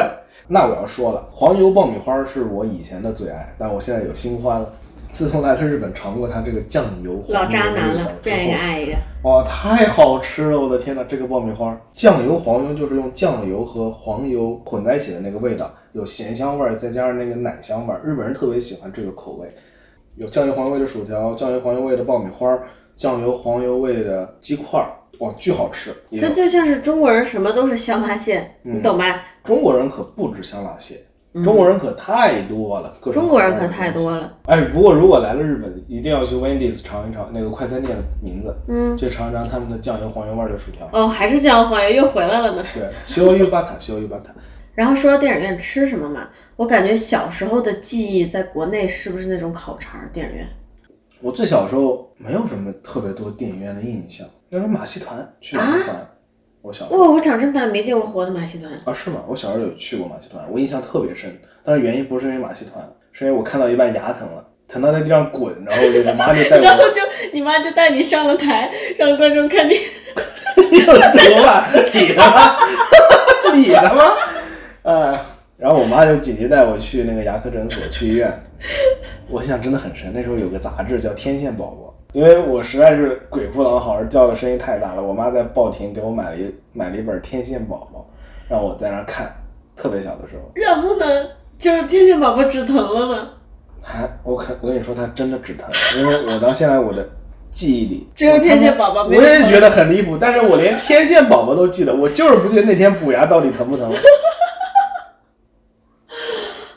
Speaker 3: 那我要说了，黄油爆米花是我以前的最爱，但我现在有新欢了。自从来了日本，尝过它这个酱油黄油
Speaker 2: 老渣男
Speaker 3: 味道
Speaker 2: 了，
Speaker 3: 之后
Speaker 2: 见一个爱一个。
Speaker 3: 哇，哦太好吃了！我的天呐，这个爆米花，酱油黄油就是用酱油和黄油混在一起的那个味道，有咸香味儿，再加上那个奶香味儿，日本人特别喜欢这个口味。有酱油黄油味的薯条，酱油黄油味的爆米花，酱油黄油味的鸡块儿，哇，巨好吃！也
Speaker 2: 它
Speaker 3: 有
Speaker 2: 就像是中国人什么都是香辣蟹，
Speaker 3: 嗯
Speaker 2: 你懂吧？
Speaker 3: 中国人可不止香辣蟹，中国人可太多了，各种
Speaker 2: 嗯中国人
Speaker 3: 口
Speaker 2: 可
Speaker 3: 味的
Speaker 2: 太
Speaker 3: 东西
Speaker 2: 多了。
Speaker 3: 哎，不过如果来了日本，一定要去 Wendy's 尝一尝那个快餐店的名字，
Speaker 2: 嗯，
Speaker 3: 去尝一尝他们的酱油黄油味儿的薯条。
Speaker 2: 哦，还是酱油黄油又回来了呢。
Speaker 3: 对，修油巴塔，修油巴塔。
Speaker 2: 然后说到电影院吃什么嘛，我感觉小时候的记忆在国内是不是那种烤肠儿电影院？
Speaker 3: 我最小时候没有什么特别多电影院的印象，那时候马戏团去马戏团，我小时
Speaker 2: 哇、
Speaker 3: 候
Speaker 2: 我长这么大没见过活的马戏团。
Speaker 3: 啊是吗？我小时候有去过马戏团，我印象特别深，但是原因不是因为马戏团，是因为我看到一半牙疼了，疼到在地上滚，然后我就妈就带
Speaker 2: 然后
Speaker 3: 我
Speaker 2: 就你妈就带你上了台，让观众看你。
Speaker 3: *laughs* 你有得吧，你他妈，你他妈，呃，然后我妈就紧急带我去那个牙科诊所去医院，我印象真的很深，那时候有个杂志叫《天线宝宝》，因为我实在是鬼哭狼嚎，叫的声音太大了，我妈在报亭给我买了一买了一本《天线宝宝》，让我在那儿看，特别小的时候，
Speaker 2: 然后呢，就是天线宝宝止疼了呢，
Speaker 3: 还我可我跟你说，它真的止疼，因为我到现在我的记忆里
Speaker 2: 只有天线宝宝没有
Speaker 3: 我也觉得很离谱，但是我连天线宝宝都记得，我就是不记得那天补牙到底疼不疼。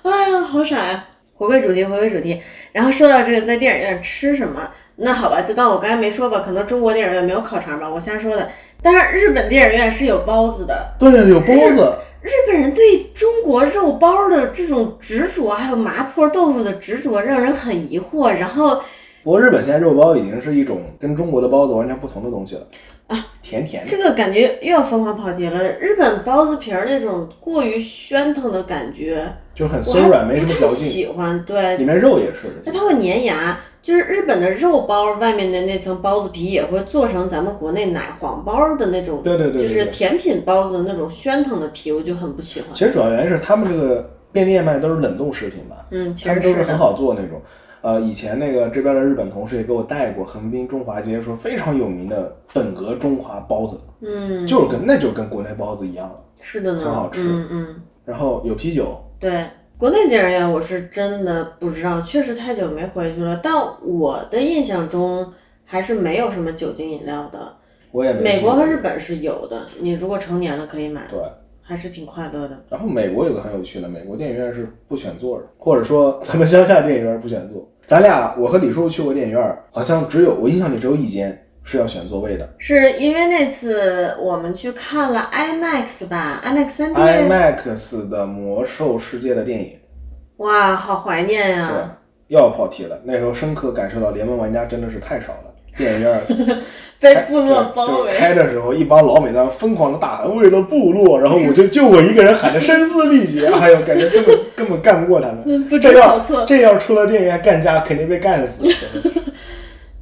Speaker 2: 哎呀，好傻呀、回归主题，回归主题。然后说到这个，在电影院吃什么？那好吧，就当我刚才没说吧。可能中国电影院没有烤肠吧，我瞎说的。但是日本电影院是有包子的。
Speaker 3: 对，有包子，
Speaker 2: 日本人对中国肉包的这种执着，还有麻婆豆腐的执着，让人很疑惑。然后
Speaker 3: 不过日本现在肉包已经是一种跟中国的包子完全不同的东西了啊，甜甜的。
Speaker 2: 这个感觉又要疯狂跑题了。日本包子皮儿那种过于暄腾的感觉，
Speaker 3: 就是很
Speaker 2: 我
Speaker 3: 松软，没
Speaker 2: 还
Speaker 3: 什
Speaker 2: 不
Speaker 3: 么
Speaker 2: 太
Speaker 3: 嚼劲，
Speaker 2: 喜欢。对
Speaker 3: 里，面肉也是
Speaker 2: 那
Speaker 3: 的。
Speaker 2: 它会粘牙，就是日本的肉包外面的那层包子皮也会做成咱们国内奶黄包的那种，
Speaker 3: 对对对对
Speaker 2: 就是
Speaker 3: 对
Speaker 2: 甜品包子的那种暄腾的皮，我就很不喜欢。
Speaker 3: 其实主要原因是他们这个便利店卖都是冷冻食品吧，
Speaker 2: 嗯，其
Speaker 3: 他
Speaker 2: 实
Speaker 3: 们都是
Speaker 2: 是
Speaker 3: 很
Speaker 2: 的。
Speaker 3: 好做那种。呃，以前那个这边的日本同事也给我带过横滨中华街，说非常有名的本格中华包子，
Speaker 2: 嗯，
Speaker 3: 就是跟那就跟国内包子一样了。
Speaker 2: 是的呢，
Speaker 3: 很好吃
Speaker 2: 嗯嗯，
Speaker 3: 然后有啤酒，
Speaker 2: 对。国内电影院我是真的不知道，确实太久没回去了。但我的印象中还是没有什么酒精饮料的。
Speaker 3: 我也没
Speaker 2: 美
Speaker 3: 记
Speaker 2: 国
Speaker 3: 过
Speaker 2: 和日本是有的，你如果成年了可以买，
Speaker 3: 对。
Speaker 2: 还是挺快乐的。
Speaker 3: 然后嗯美国有个很有趣的，美国电影院是不选座的，或者说 *laughs* 咱们乡下电影院不选座。咱俩我和李叔去过电影院，好像只有我印象里只有一间是要选座位的
Speaker 2: 是因为那次我们去看了 IMAX 吧，IMAX 三 D，
Speaker 3: ，IMAX 的《魔兽世界》的电影。
Speaker 2: 哇，好怀念呀、
Speaker 3: 对，又要跑题了。那时候深刻感受到联盟玩家真的是太少了，电影院
Speaker 2: 被
Speaker 3: 开
Speaker 2: 部落
Speaker 3: 哎就
Speaker 2: 包
Speaker 3: 就是
Speaker 2: 围。
Speaker 3: 开的时候，一帮老美在那疯狂的大喊“为了部落”，然后我就就我一个人喊的声嘶力竭，哎呦，感觉根本根本干不过他们。
Speaker 2: 嗯，不
Speaker 3: 这
Speaker 2: 知所
Speaker 3: 要
Speaker 2: 措。
Speaker 3: 这要出了电影院干架，肯定被
Speaker 2: *laughs*
Speaker 3: 干死。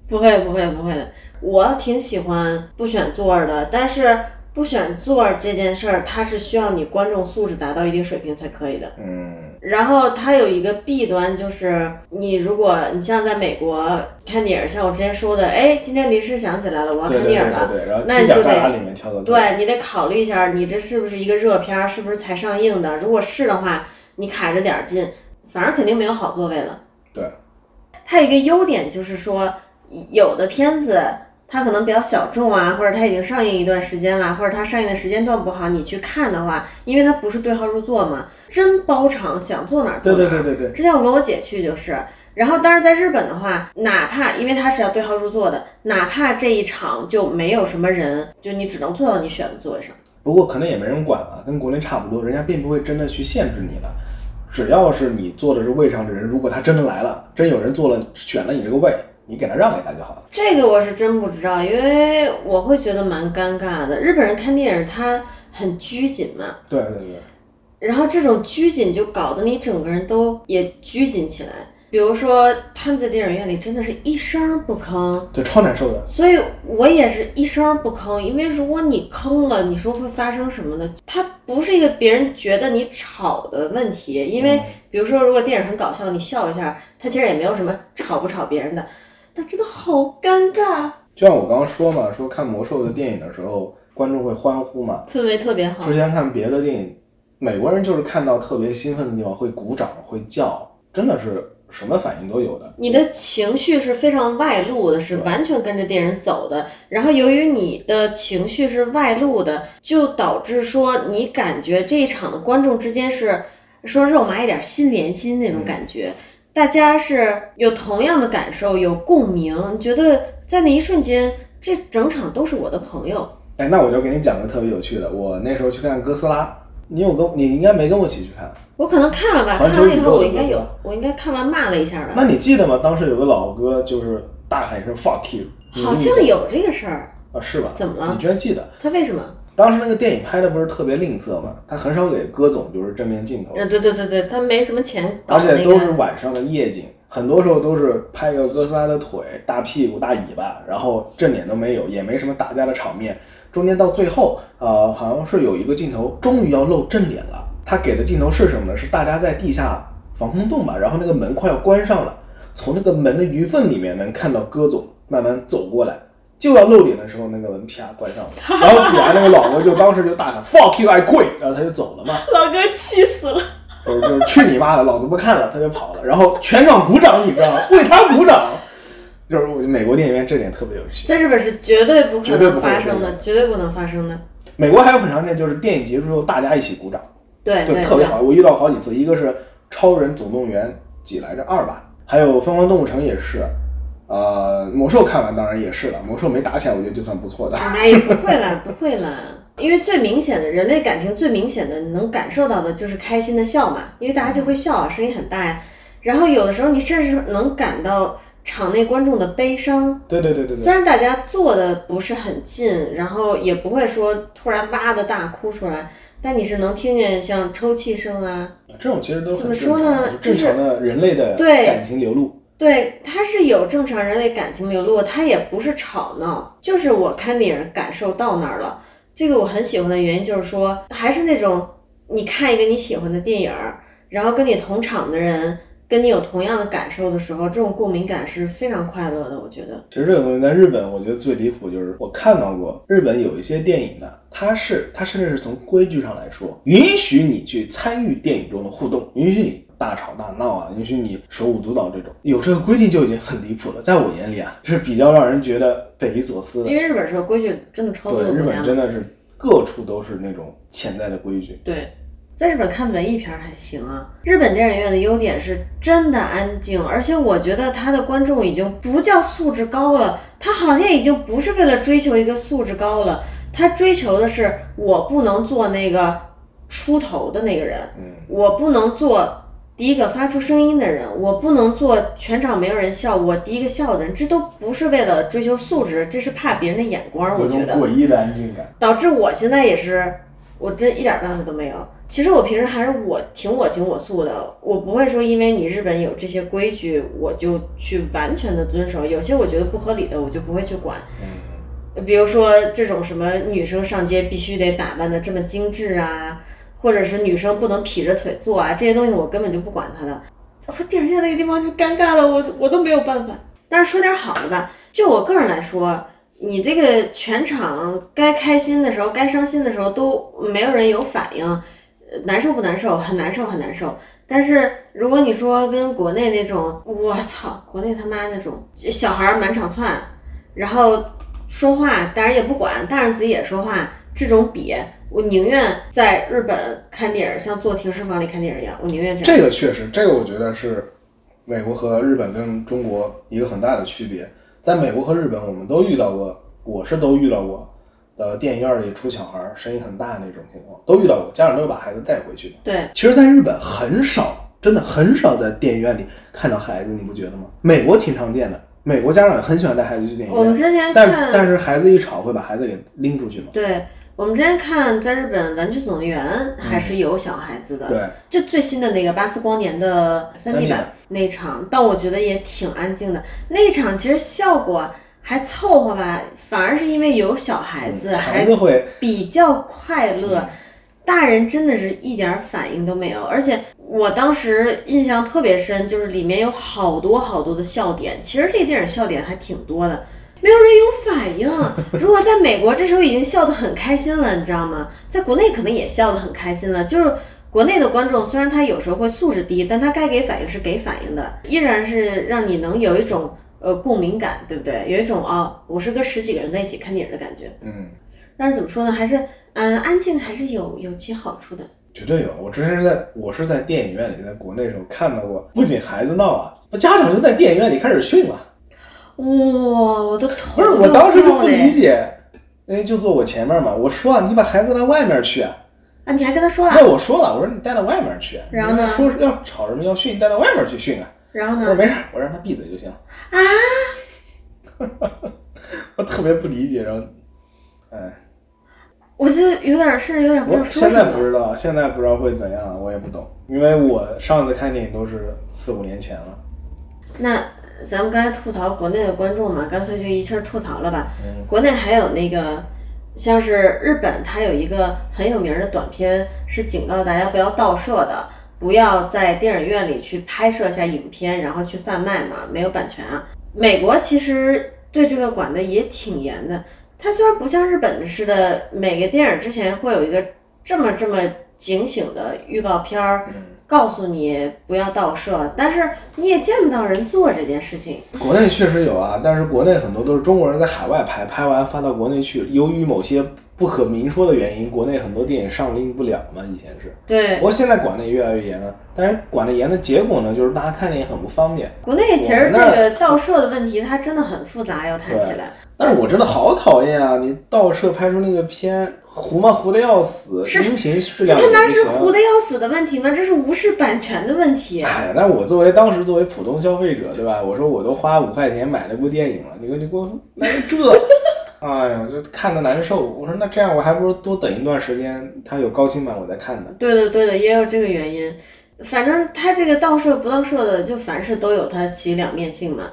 Speaker 2: 不会，不会，不会的。我挺喜欢不选座儿的，但是不选座儿这件事儿，它是需要你观众素质达到一定水平才可以的。
Speaker 3: 嗯，
Speaker 2: 然后它有一个弊端，就是你如果你像在美国看电影，像我之前说的，哎，今天临时想起来了，我要
Speaker 3: 对
Speaker 2: 看
Speaker 3: 对
Speaker 2: 电影
Speaker 3: 对
Speaker 2: 了
Speaker 3: 对，对，然后
Speaker 2: 那
Speaker 3: 犄
Speaker 2: 你就
Speaker 3: 角
Speaker 2: 得
Speaker 3: 旮旯里面挑的，
Speaker 2: 对你得考虑一下，你这是不是一个热片儿，是不是才上映的？如果是的话，你卡着点儿进，反正肯定没有好座位了。
Speaker 3: 对，
Speaker 2: 它有一个优点就是说，有的片子它可能比较小众啊，或者它已经上映一段时间了，或者它上映的时间段不好，你去看的话，因为它不是对号入座嘛，真包场，想坐哪儿坐
Speaker 3: 对
Speaker 2: 哪儿。
Speaker 3: 对对对对，
Speaker 2: 之前我跟我姐去就是，然后，但是在日本的话，哪怕因为它是要对号入座的，哪怕这一场就没有什么人，就你只能坐到你选的座位上。
Speaker 3: 不过可能也没人管了，跟国内差不多，人家并不会真的去限制你的。只要是你坐的是位上的人，如果他真的来了，真有人坐了选了你这个位，你给他让给他就好了。
Speaker 2: 这个我是真不知道，因为我会觉得蛮尴尬的。日本人看电影他很拘谨嘛，
Speaker 3: 对对对，
Speaker 2: 然后这种拘谨就搞得你整个人都也拘谨起来。比如说，他们在电影院里真的是一声不吭，
Speaker 3: 就超难受的。
Speaker 2: 所以我也是一声不吭，因为如果你吭了，你说会发生什么呢？它不是一个别人觉得你吵的问题，因为比如说，如果电影很搞笑，你笑一下，它其实也没有什么吵不吵别人的，但真的好尴尬，啊
Speaker 3: 就像我刚刚说嘛，说看魔兽的电影的时候，观众会欢呼嘛，
Speaker 2: 氛围特别好
Speaker 3: 之。前看别的电影，美国人就是看到特别兴奋的地方会鼓掌、会叫，真的是什么反应都有的。
Speaker 2: 你的情绪是非常外露的，是完全跟着电影走的。然后由于你的情绪是外露的，就导致说你感觉这一场的观众之间是说肉麻一点，心连心那种
Speaker 3: 嗯
Speaker 2: 感觉。大家是有同样的感受，有共鸣，觉得在那一瞬间，这整场都是我的朋友。
Speaker 3: 哎，那我就给你讲个特别有趣的。我那时候去看哥斯拉，你有跟你应该没跟我一起去看，
Speaker 2: 我可能看了吧，
Speaker 3: 环
Speaker 2: 看
Speaker 3: 球
Speaker 2: 完以
Speaker 3: 宇
Speaker 2: 后
Speaker 3: 宙
Speaker 2: 我
Speaker 3: 的
Speaker 2: 应该
Speaker 3: 意思
Speaker 2: 有，我应该看完骂了一下吧，
Speaker 3: 那你记得吗？当时有个老哥就是大喊一声 “fuck you”，你
Speaker 2: 好
Speaker 3: 记不
Speaker 2: 像
Speaker 3: 记得
Speaker 2: 有这个事儿。
Speaker 3: 啊，是吧？
Speaker 2: 怎么了
Speaker 3: 你居然记得？
Speaker 2: 他为什么？
Speaker 3: 当时那个电影拍的不是特别吝啬嘛，他很少给歌总就是正面镜头，
Speaker 2: 嗯，对对对对，他没什么钱搞
Speaker 3: 而
Speaker 2: 那个。
Speaker 3: 且都是晚上的夜景，很多时候都是拍个哥斯拉的腿、大屁股、大尾巴，然后正脸都没有，也没什么打架的场面。中间到最后，呃，好像是有一个镜头，终于要露正脸了。他给的镜头是什么呢？是大家在地下防空洞吧，然后那个门快要关上了，从那个门的余缝里面能看到戈总慢慢走过来。就要露脸的时候，那个门啪关上了，然后底下那个老哥就当时就大喊 “fuck you, I quit”，然后他就走了嘛。
Speaker 2: 老哥气死了。
Speaker 3: 呃，就是去你妈的，老子不看了，他就跑了，然后全场鼓掌，你知道吗？为他鼓掌，就是我觉得美国电影院这点特别有趣。
Speaker 2: 在日本是绝对不可
Speaker 3: 绝对不
Speaker 2: 能
Speaker 3: 会
Speaker 2: 发生
Speaker 3: 有这
Speaker 2: 的，绝对不能发生的。
Speaker 3: 美国还有很常见，就是电影结束之后大家一起鼓掌，
Speaker 2: 哎对
Speaker 3: 就
Speaker 2: 对
Speaker 3: 特别
Speaker 2: 对，
Speaker 3: 好。我遇到好几次，一个是《超人总动员》几来着二吧，还有《疯狂动物城》也是，呃，魔兽看完当然也是了，魔兽没打起来，我觉得就算不错的。
Speaker 2: 哎呀，不会啦，不会啦。因为最明显的人类感情最明显的能感受到的就是开心的笑嘛，因为大家就会笑啊，声音很大呀。然后有的时候你甚至能感到场内观众的悲伤，
Speaker 3: 对对对对
Speaker 2: 虽
Speaker 3: 对，
Speaker 2: 然大家坐的不是很近，然后也不会说突然哇的大哭出来，但你是能听见像抽泣声啊，
Speaker 3: 这种其实都很
Speaker 2: 怎么
Speaker 3: 正
Speaker 2: 说
Speaker 3: 常
Speaker 2: 呢
Speaker 3: 的正常的人类的
Speaker 2: 对
Speaker 3: 感情流露。
Speaker 2: 对，它是有正常人类感情流露，它也不是吵闹，就是我看电影感受到那儿了。这个我很喜欢的原因就是说，还是那种你看一个你喜欢的电影儿，然后跟你同场的人跟你有同样的感受的时候，这种共鸣感是非常快乐的。我觉得，
Speaker 3: 其实这个东西在日本，我觉得最离谱就是我看到过日本有一些电影呢，它是它甚至是从规矩上来说，允许你去参与电影中的互动，允许你大吵大闹啊，允许你手舞足蹈这种，有这个规定就已经很离谱了，在我眼里啊是比较让人觉得匪夷所思的
Speaker 2: 因。为日本是个规矩真的超多
Speaker 3: 对，
Speaker 2: 的
Speaker 3: 日
Speaker 2: 国
Speaker 3: 本
Speaker 2: 家
Speaker 3: 真
Speaker 2: 嘛，
Speaker 3: 的是各处都是那种潜在的规矩。
Speaker 2: 对。在日本看文艺片儿还行啊。日本电影院的优点是真的安静，而且我觉得他的观众已经不叫素质高了，他好像已经不是为了追求一个素质高了，他追求的是我不能做那个出头的那个人，
Speaker 3: 嗯
Speaker 2: 我不能做第一个发出声音的人，我不能做全场没有人笑我第一个笑的人，这都不是为了追求素质，这是怕别人的眼光，
Speaker 3: 有
Speaker 2: 我
Speaker 3: 种
Speaker 2: 觉得。
Speaker 3: 诡异的安静感，
Speaker 2: 导致我现在也是，我真一点办法都没有。其实我平时还是我挺我行我素的，我不会说因为你日本有这些规矩，我就去完全的遵守。有些我觉得不合理的，我就不会去管。
Speaker 3: 嗯
Speaker 2: 比如说这种什么女生上街必须得打扮的这么精致啊，或者是女生不能劈着腿坐啊，这些东西我根本就不管它的。我电影院那个地方就尴尬了，我我都没有办法。但是说点好的吧，就我个人来说，你这个全场该开心的时候，该伤心的时候都没有人有反应，呃难受不难受？很难受，很难受。但是如果你说跟国内那种，我操，国内他妈那种小孩儿满场窜，然后说话大人也不管，大人自己也说话，这种比我宁愿在日本看电影，像坐停尸房里看电影一样，我宁愿这样。
Speaker 3: 这个确实，这个我觉得是美国和日本跟中国一个很大的区别。在美国和日本，我们都遇到过，我是都遇到过，呃，电影院里出小孩儿声音很大那种情况，都遇到过，家长都会把孩子带回去的。
Speaker 2: 对，
Speaker 3: 其实，在日本很少，真的很少在电影院里看到孩子，你不觉得吗？美国挺常见的，美国家长也很喜欢带孩子去电影
Speaker 2: 我们
Speaker 3: 院，
Speaker 2: 之前
Speaker 3: 但
Speaker 2: 看，
Speaker 3: 但是孩子一吵会把孩子给拎出去嘛。
Speaker 2: 对我们之前看在日本《玩具总动员》还是有小孩子的，
Speaker 3: 嗯对，
Speaker 2: 就最新的那个巴斯光年的三 D
Speaker 3: 3D
Speaker 2: 版
Speaker 3: 版
Speaker 2: 那场，但我觉得也挺安静的。那场其实效果还凑合吧，反而是因为有小孩子，
Speaker 3: 嗯孩
Speaker 2: 还
Speaker 3: 子会
Speaker 2: 比较快乐。大人真的是一点儿反应都没有，而且我当时印象特别深，就是里面有好多好多的笑点。其实这个电影笑点还挺多的，没有人有反应。如果在美国这时候已经笑得很开心了，你知道吗？在国内可能也笑得很开心了，就是。国内的观众虽然他有时候会素质低，但他该给反应是给反应的，依然是让你能有一种呃共鸣感，对不对？有一种啊、我是跟十几个人在一起看电影的感觉。
Speaker 3: 嗯。
Speaker 2: 但是怎么说呢，还是嗯，安静还是有有其好处的。
Speaker 3: 绝对有，我之前是在我是在电影院里，在国内的时候看到过，不仅孩子闹啊，那家长就在电影院里开始训了。
Speaker 2: 哇，哦我的头
Speaker 3: 不是，
Speaker 2: 都
Speaker 3: 我当时就
Speaker 2: 掉
Speaker 3: 不
Speaker 2: 了
Speaker 3: 理
Speaker 2: 耶！
Speaker 3: 解，因为就坐我前面嘛，我说啊，你把孩子带到外面去啊。
Speaker 2: 啊，你还跟他说了？
Speaker 3: 那我说了，我说你带到外面去。啊
Speaker 2: 然后呢嗯
Speaker 3: 你说是要吵什么要训，你带到外面去训啊。
Speaker 2: 然后
Speaker 3: 我说
Speaker 2: 呢？
Speaker 3: 没事儿，我让他闭嘴就行。啊！
Speaker 2: 啊
Speaker 3: *laughs* 我特别不理解，然后，哎，
Speaker 2: 我就有点事，有点不知道
Speaker 3: 我
Speaker 2: 说
Speaker 3: 现
Speaker 2: 什
Speaker 3: 在不
Speaker 2: 么。
Speaker 3: 知道，现在不知道会怎样，我也不懂，因为我上次看电影都是四五年前了。
Speaker 2: 那咱们刚才吐槽国内的观众嘛，干脆就一气儿吐槽了吧。国内还有那个，像是日本，它有一个很有名儿的短片，是警告大家不要盗摄的，不要在电影院里去拍摄下影片，然后去贩卖嘛，没有版权啊。美国其实对这个管的也挺严的，它虽然不像日本似的，每个电影之前会有一个这么这么警醒的预告片儿，告诉你不要盗摄，但是你也见不到人做这件事情。
Speaker 3: 国内确实有啊，但是国内很多都是中国人在海外拍，拍完发到国内去，由于某些不可明说的原因，国内很多电影上映不了嘛，以前是。
Speaker 2: 对
Speaker 3: 不，过现在管的也越来越严了，但是管的严的结果呢，就是大家看电影很不方便。
Speaker 2: 国内其实这个盗摄的问题，它真的很复杂，要谈起来。
Speaker 3: 但是我真的好讨厌啊！你盗摄拍出那个片，糊嘛糊的要死，音频
Speaker 2: 这
Speaker 3: 质量也
Speaker 2: 他妈
Speaker 3: 不
Speaker 2: 是糊
Speaker 3: 行。
Speaker 2: 的要死的问题吗？这是无视版权的问题。
Speaker 3: 哎，但是我作为当时作为普通消费者，对吧？我说我都花五块钱买了部电影了，你给你给我来个这，哎呀，我就看的难受。我说那这样我还不如多等一段时间，它有高清版我再看呢。
Speaker 2: 对的，对的，也有这个原因。反正它这个盗摄不盗摄的，就凡事都有它其两面性嘛。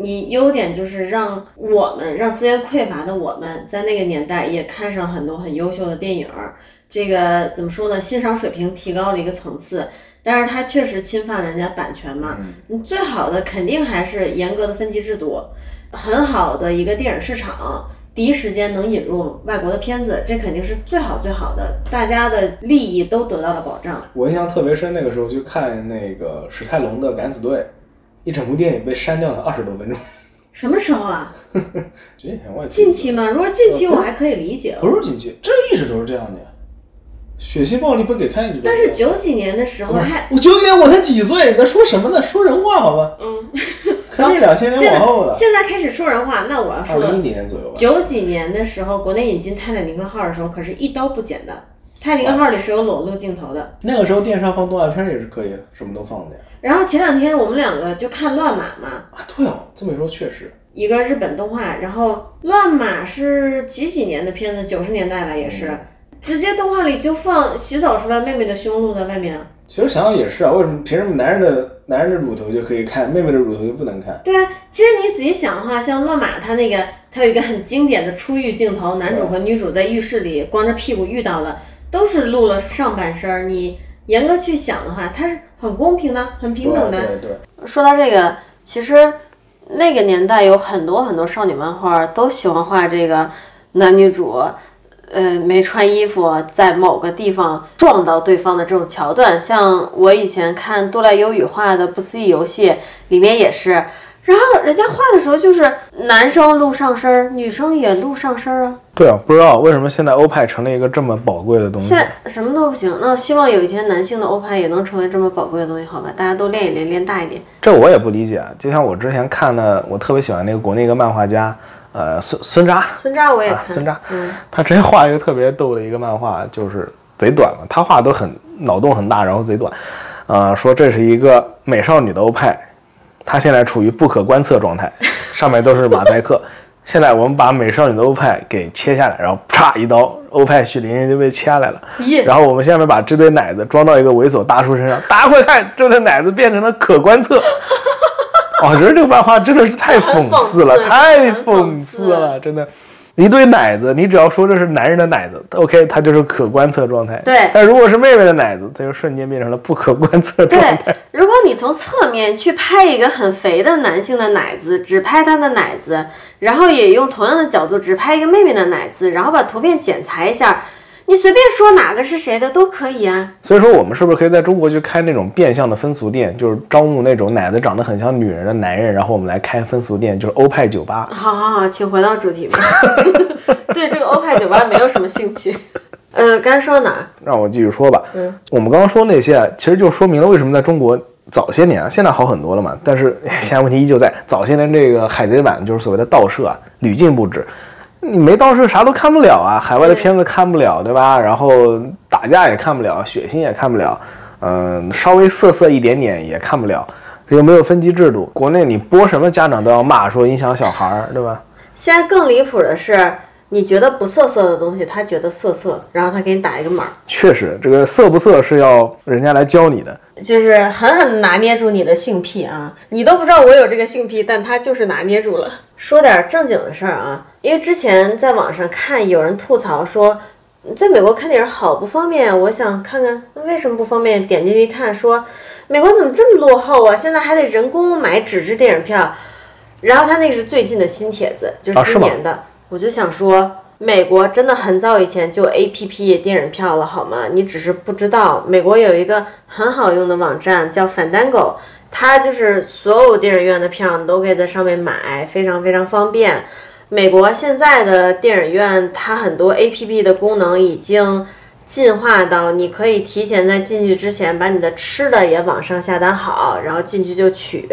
Speaker 2: 你优点就是让我们让资源匮乏的我们，在那个年代也看上很多很优秀的电影儿。这个怎么说呢？欣赏水平提高了一个层次，但是它确实侵犯了人家版权嘛。你最好的肯定还是严格的分级制度，很好的一个电影市场，第一时间能引入外国的片子，这肯定是最好最好的，大家的利益都得到了保障。
Speaker 3: 我印象特别深，那个时候去看那个史泰龙的《敢死队》，一整部电影被删掉了二十多分钟。
Speaker 2: 什么时候啊？
Speaker 3: 几年前我也记不
Speaker 2: 近
Speaker 3: 得
Speaker 2: 期吗？如果近期我还可以理解，
Speaker 3: 不是近期，这一直都是这样的呀。血腥暴力不给看一直都
Speaker 2: 但
Speaker 3: 这
Speaker 2: 是
Speaker 3: 样
Speaker 2: 九几年的时候还
Speaker 3: 我九几年我才几岁，你在说什么呢？说人话好吗？嗯，肯定是两千
Speaker 2: 现
Speaker 3: 年
Speaker 2: 在
Speaker 3: 往后
Speaker 2: *laughs*
Speaker 3: 的，
Speaker 2: 现在开始说人话，那我要说
Speaker 3: 二
Speaker 2: 了
Speaker 3: 一，年左右吧。
Speaker 2: 九几年的时候，国内引进《泰坦尼克号》的时候，可是一刀不剪的，《泰坦尼克号》里是有裸露镜头的。
Speaker 3: 那个时候电视上放动画片也是可以，什么都放的呀。
Speaker 2: 然后前两天我们两个就看《乱码》嘛，
Speaker 3: 啊，对哦，这么一说确实，
Speaker 2: 一个日本动画，然后《乱码》是几几年的片子？九十年代吧，也是。直接动画里就放洗澡出来妹妹的胸露在外面啊，
Speaker 3: 其实想想也是啊，为什么凭什么男人的男人的乳头就可以看，妹妹的乳头就不能看？
Speaker 2: 对啊，其实你仔细想的话，像乱马他那个，他有一个很经典的出浴镜头，男主和女主在浴室里光着屁股遇到了，都是露了上半身儿。你严格去想的话，它是很公平的，很平等的。
Speaker 3: 对啊对对，
Speaker 2: 说到这个，其实那个年代有很多很多少女漫画都喜欢画这个男女主，呃，没穿衣服在某个地方撞到对方的这种桥段。像我以前看多濑优羽画的《不思议游戏》，里面也是。然后人家画的时候就是男生露上身儿，女生也露上身儿啊，
Speaker 1: 对啊，不知道为什么现在欧派成了一个这么宝贵的东西
Speaker 2: 现。在什么都不行，那希望有一天男性的欧派也能成为这么宝贵的东西，好吧？大家都练一练，练大一点。
Speaker 1: 这我也不理解。啊就像我之前看的，我特别喜欢那个国内一个漫画家，呃，孙孙扎，
Speaker 2: 孙扎我也
Speaker 1: 啊
Speaker 2: 看，
Speaker 1: 孙扎
Speaker 2: 嗯，
Speaker 1: *laughs* 他之前画一个特别逗的一个漫画，就是贼短嘛，他画都很脑洞很大，然后贼短，呃，说这是一个美少女的欧派，她现在处于不可观测状态，上面都是马赛克。现在我们把美少女的欧派给切下来，然后啪一刀，欧派血淋淋就被切下来了。
Speaker 2: 耶
Speaker 1: 然后我们下面把这堆奶子装到一个猥琐大叔身上，大家快看，这堆奶子变成了可观测。我觉得这个漫画真的是太讽刺了，
Speaker 2: *laughs* 很讽刺
Speaker 1: 太
Speaker 2: 很
Speaker 1: 讽
Speaker 2: 讽
Speaker 1: 刺
Speaker 2: 刺
Speaker 1: 了，真的。一堆奶子，你只要说这是男人的奶子，OK，它就是可观测状态。
Speaker 2: 对
Speaker 1: 但如果是妹妹的奶子，它就瞬间变成了不可观 *laughs* 测状态。
Speaker 2: 对，如果你从侧面去拍一个很肥的男性的奶子，只拍他的奶子，然后也用同样的角度只拍一个妹妹的奶子，然后把图片剪裁一下，你随便说哪个是谁的都可以啊。
Speaker 1: 所以说，我们是不是可以在中国去开那种变相的分俗店，就是招募那种奶子长得很像女人的男人，然后我们来开分俗店，就是欧派酒吧。
Speaker 2: 好好好，请回到主题吧。对这个欧派酒吧没有什么兴趣。呃，刚才说到哪儿？
Speaker 1: 让我继续说吧。嗯，我们刚刚说那些，啊，其实就说明了为什么在中国早些年啊，现在好很多了嘛，但是 *laughs* 现在问题依旧在。早些年这个海贼版就是所谓的盗摄啊，屡禁不止。你没盗摄啥都看不了啊，海外的片子看不了，对吧？然后打架也看不了，血腥也看不了，嗯、稍微色色一点点也看不了。又没有分级制度，国内你播什么家长都要骂，说影响小孩儿，对吧？
Speaker 2: 现在更离谱的是，你觉得不色色的东西，他觉得色色，然后他给你打一个码儿，
Speaker 1: 确实，这个色不色是要人家来教你的。
Speaker 2: 就是狠狠拿捏住你的性癖啊！你都不知道我有这个性癖，但他就是拿捏住了。说点正经的事儿啊，因为之前在网上看有人吐槽说，在美国看电影好不方便啊，我想看看那为什么不方便，点进去一看说，美国怎么这么落后啊？现在还得人工买纸质电影票。然后他那是最近的新帖子，就
Speaker 1: 啊是
Speaker 2: 是今
Speaker 1: 吗
Speaker 2: 年的，我就想说。美国真的很早以前就 A P P 电影票了，好吗？你只是不知道。美国有一个很好用的网站叫 Fandango，它就是所有电影院的票你都可以在上面买，非常非常方便。美国现在的电影院，它很多 A P P 的功能已经进化到你可以提前在进去之前把你的吃的也往上下单好，然后进去就取，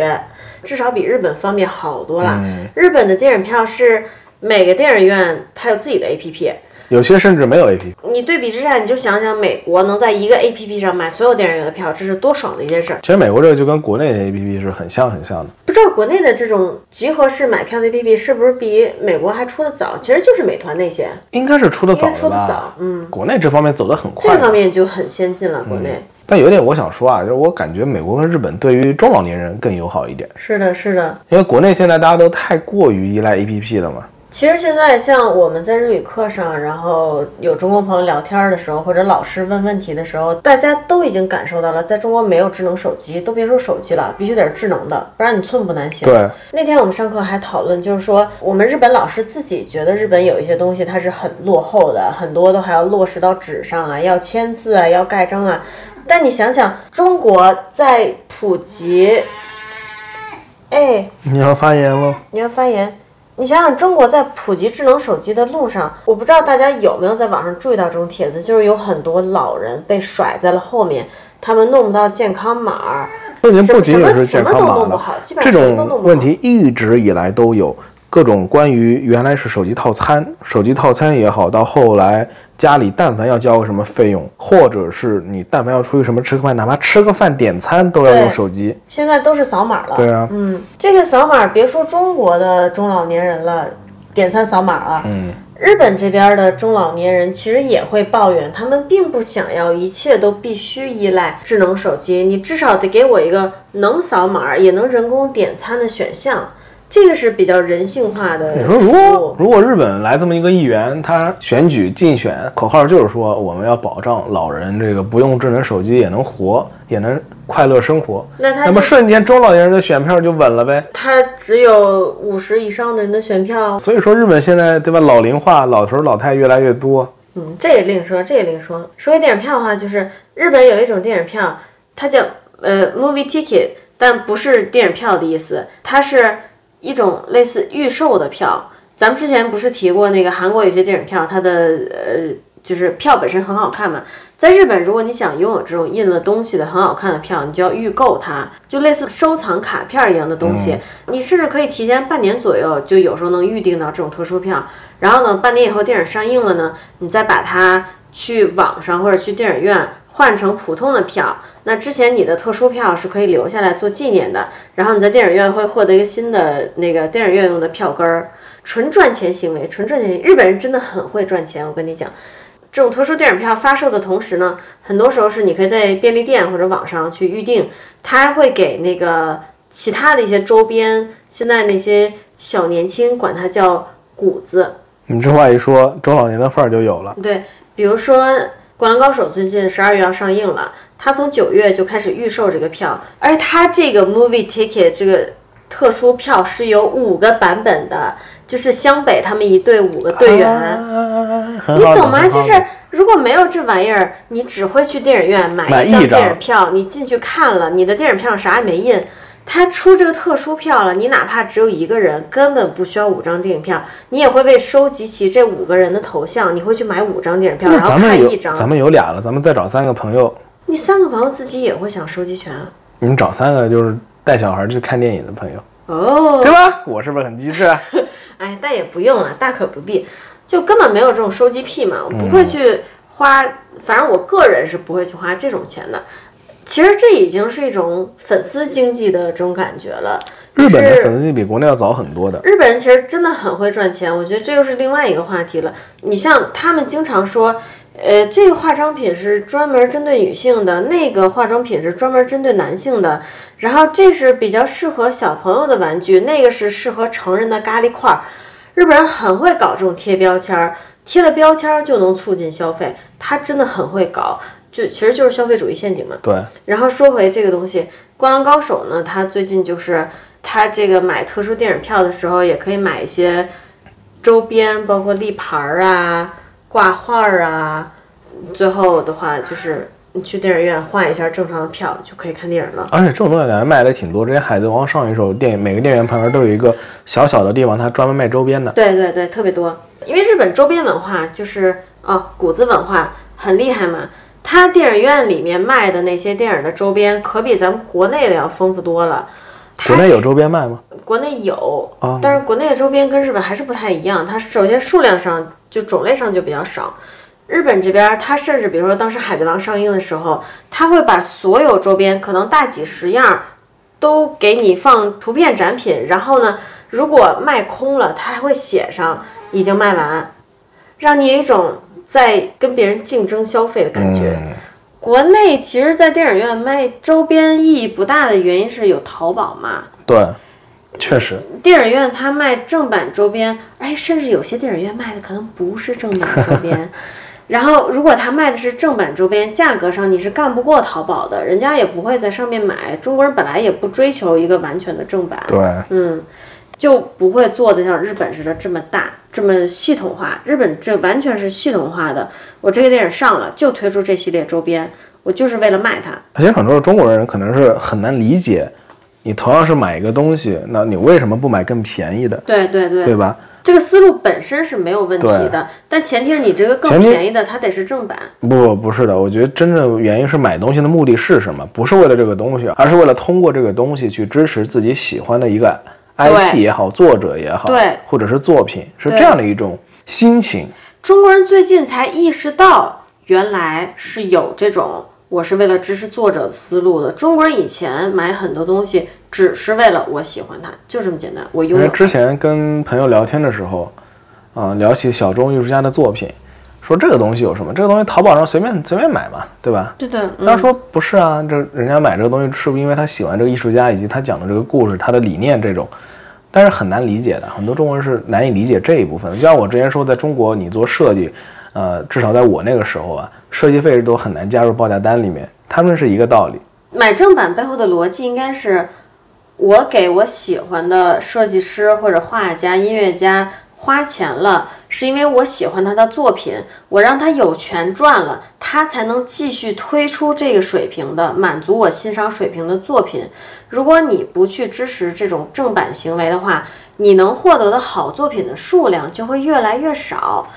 Speaker 2: 至少比日本方便好多了。日本的电影票是每个电影院它有自己的 A P P，
Speaker 1: 有些甚至没有 A P P。
Speaker 2: 你对比之下，你就想想美国能在一个 A P P 上买所有电影院的票，这是多爽的一件事儿。
Speaker 1: 其实美国这个就跟国内的 A P P 是很像很像的。
Speaker 2: 不知道国内的这种集合式买票的 A P P 是不是比美国还出的早？其实就是美团那些，
Speaker 1: 应该是出的早
Speaker 2: 应该出
Speaker 1: 的
Speaker 2: 得
Speaker 1: 吧？
Speaker 2: 早
Speaker 1: 嗯，国内这方面走得很快。嗯
Speaker 2: 这方面就很先进了。国内、
Speaker 1: 但有一点我想说啊，就是我感觉美国和日本对于中老年人更友好一点，
Speaker 2: 是的，是的。
Speaker 1: 因为国内现在大家都太过于依赖 A P P 了嘛。
Speaker 2: 其实现在像我们在日语课上，然后有中国朋友聊天的时候，或者老师问问题的时候，大家都已经感受到了，在中国没有智能手机，都别说手机了，必须得是智能的，不然你寸步难行。
Speaker 1: 对，
Speaker 2: 那天我们上课还讨论，就是说我们日本老师自己觉得日本有一些东西它是很落后的，很多都还要落实到纸上啊，要签字啊，要盖章啊。但你想想，中国在普及，哎，
Speaker 1: 你要发言喽？
Speaker 2: 你要发言。你想想，中国在普及智能手机的路上，我不知道大家有没有在网上注意到这种帖子，就是有很多老人被甩在了后面，他们弄不到健康码儿，
Speaker 1: 不仅
Speaker 2: 什
Speaker 1: 不
Speaker 2: 么
Speaker 1: 仅仅是
Speaker 2: 什
Speaker 1: 健
Speaker 2: 么
Speaker 1: 康
Speaker 2: 什么都
Speaker 1: 码
Speaker 2: 弄不
Speaker 1: 了
Speaker 2: 好，基，本
Speaker 1: 这
Speaker 2: 上什么都
Speaker 1: 种
Speaker 2: 弄不好。
Speaker 1: 问题一直以来都有。各种关于原来是手机套餐，手机套餐也好，到后来家里但凡要交个什么费用，或者是你但凡要出去什么吃个饭，哪怕吃个饭点餐都要用
Speaker 2: 对
Speaker 1: 手机。
Speaker 2: 现在都是扫码了。
Speaker 1: 对啊，
Speaker 2: 嗯，这个扫码别说中国的中老年人了，点餐扫码了，嗯，日本这边的中老年人其实也会抱怨，他们并不想要一切都必须依赖智能手机，你至少得给我一个能扫码也能人工点餐的选项，这个是比较人性化的服务。
Speaker 1: 你说如果如果日本来这么一个议员，他选举竞选口号就是说我们要保障老人这个不用智能手机也能活，也能快乐生活。
Speaker 2: 那他
Speaker 1: 那么
Speaker 2: 就
Speaker 1: 瞬间中老年人的选票就稳了呗。
Speaker 2: 他只有五十以上的人的选票，
Speaker 1: 所以说日本现在对吧，老龄化，老头老太越来越多。
Speaker 2: 嗯，这也另说，这也另说。说回电影票的话，就是日本有一种电影票，它叫呃 movie ticket，但不是电影票的意思，它是一种类似预售的票。咱们之前不是提过那个韩国有些电影票，它的呃就是票本身很好看嘛。在日本，如果你想拥有这种印了东西的很好看的票，你就要预购它，就类似收藏卡片一样的东西。你甚至可以提前半年左右，就有时候能预定到这种特殊票。然后呢，半年以后电影上映了呢，你再把它去网上或者去电影院换成普通的票。那之前你的特殊票是可以留下来做纪念的，然后你在电影院会获得一个新的那个电影院用的票根儿，纯赚钱行为，纯赚钱。日本人真的很会赚钱，我跟你讲。这种特殊电影票发售的同时呢，很多时候是你可以在便利店或者网上去预定，它还会给那个其他的一些周边，现在那些小年轻管它叫谷子，
Speaker 1: 你这话一说，中老年的范儿就有了。
Speaker 2: 对，比如说《灌篮高手》最近十二月要上映了，它从九月就开始预售这个票，而且它这个 movie ticket 这个特殊票是有五个版本的，就是湘北他们一队五个队
Speaker 1: 哦
Speaker 2: 员。
Speaker 1: 啊很
Speaker 2: 你
Speaker 1: 好
Speaker 2: 懂吗？
Speaker 1: 很好
Speaker 2: 就是如果没有这玩意儿，你只会去电影院买
Speaker 1: 买
Speaker 2: 一张
Speaker 1: 一张
Speaker 2: 电影票，你进去看了，你的电影票上啥也没印。他出这个特殊票了，你哪怕只有一个人，根本不需要五张电影票，你也会为收集齐这五个人的头像，你会去买五张电影票，
Speaker 1: 哎那
Speaker 2: 然后
Speaker 1: 咱们
Speaker 2: 看一
Speaker 1: 有咱
Speaker 2: 张。
Speaker 1: 们有俩了，咱们再找三个朋友，
Speaker 2: 你三个朋友自己也会想收集全啊
Speaker 1: 你们找三个就是带小孩去看电影的朋友，
Speaker 2: 哦。
Speaker 1: 对吧？我是不是很机智啊？
Speaker 2: 哎，但也不用了，大可不必，就根本没有这种收集癖嘛，我
Speaker 1: 嗯
Speaker 2: 不会去花，反正我个人是不会去花这种钱的。其实这已经是一种粉丝经济的这种感觉了。
Speaker 1: 日本的
Speaker 2: 是
Speaker 1: 粉丝比国内要早很多的。
Speaker 2: 日本人其实真的很会赚钱，我觉得这又是另外一个话题了。你像他们经常说，呃，这个化妆品是专门针对女性的，那个化妆品是专门针对男性的，然后这是比较适合小朋友的玩具，那个是适合成人的咖喱块儿。日本人很会搞这种贴标签儿，贴了标签儿就能促进消费，他真的很会搞，就其实就是消费主义陷阱嘛。
Speaker 1: 对，
Speaker 2: 然后说回这个东西，《灌篮高手》呢，他最近就是他这个买特殊电影票的时候，也可以买一些周边，包括立牌儿啊、挂画儿啊。最后的话就是你去电影院换一下正常的票就可以看电影了。
Speaker 1: 而且这种东西感觉卖的挺多。之前《海贼王》上一手电影，每个店员旁边都有一个小小的地方，它专门卖周边的。
Speaker 2: 对对对，特别多。因为日本周边文化就是哦，谷子文化很厉害嘛。它电影院里面卖的那些电影的周边，可比咱们国内的要丰富多了。它
Speaker 1: 国内有
Speaker 2: 是
Speaker 1: 周边卖吗？
Speaker 2: 国内有
Speaker 1: 啊，
Speaker 2: 但是国内的周边跟日本还是不太一样。它首先数量上就种类上就比较少。日本这边，它甚至比如说当时《海贼王》上映的时候，它会把所有周边可能大几十样儿都给你放图片展品，然后呢，如果卖空了，它还会写上已经卖完，让你有一种在跟别人竞争消费的感觉。
Speaker 1: 嗯
Speaker 2: 国内其实，在电影院卖周边意义不大的原因是有淘宝嘛，
Speaker 1: 对，确实。
Speaker 2: 电影院它卖正版周边，哎，甚至有些电影院卖的可能不是正版周边。然后，如果他卖的是正版周边，价格上你是干不过淘宝的，人家也不会在上面买。中国人本来也不追求一个完全的正版，
Speaker 1: 对，
Speaker 2: 嗯，就不会做的像日本似的这么大、这么系统化。日本这完全是系统化的，我这个电影上了就推出这系列周边，我就是为了卖它。
Speaker 1: 其实很多中国人可能是很难理解，你同样是买一个东西，那你为什么不买更便宜的，
Speaker 2: 对对对
Speaker 1: 对吧？
Speaker 2: 这个思路本身是没有问题的，但前提是你这个更
Speaker 1: 前提
Speaker 2: 便宜的，它得是正版。
Speaker 1: 不，不是的，我觉得真正原因是买东西的目的是什么？不是为了这个东西，而是为了通过这个东西去支持自己喜欢的一个 IP 也好，作者也好，
Speaker 2: 对
Speaker 1: 或者是作品，是
Speaker 2: 对
Speaker 1: 这样的一种心情。
Speaker 2: 中国人最近才意识到，原来是有这种我是为了支持作者的思路的。中国人以前买很多东西只是为了我喜欢它，就这么简单，我
Speaker 1: 因
Speaker 2: 拥
Speaker 1: 为
Speaker 2: 有。
Speaker 1: 之前跟朋友聊天的时候，啊、聊起小众艺术家的作品，说这个东西有什么？这个东西淘宝上随便随便买嘛，对吧？
Speaker 2: 对的，嗯
Speaker 1: 他说不是啊，这人家买这个东西是不是因为他喜欢这个艺术家以及他讲的这个故事、他的理念这种？但是很难理解的，很多中国人是难以理解这一部分的。就像我之前说，在中国你做设计，呃，至少在我那个时候
Speaker 2: 嗯
Speaker 1: 啊，设计费都很难加入报价单里面，他们是一个道理。
Speaker 2: 买正版背后的逻辑应该是，我给我喜欢的设计师或者画家、音乐家花钱了，是因为我喜欢他的作品，我让他有权赚了，他才能继续推出这个水平的、满足我欣赏水平的作品。如果你不去支持这种正版行为的话，你能获得的好作品的数量就会越来越少。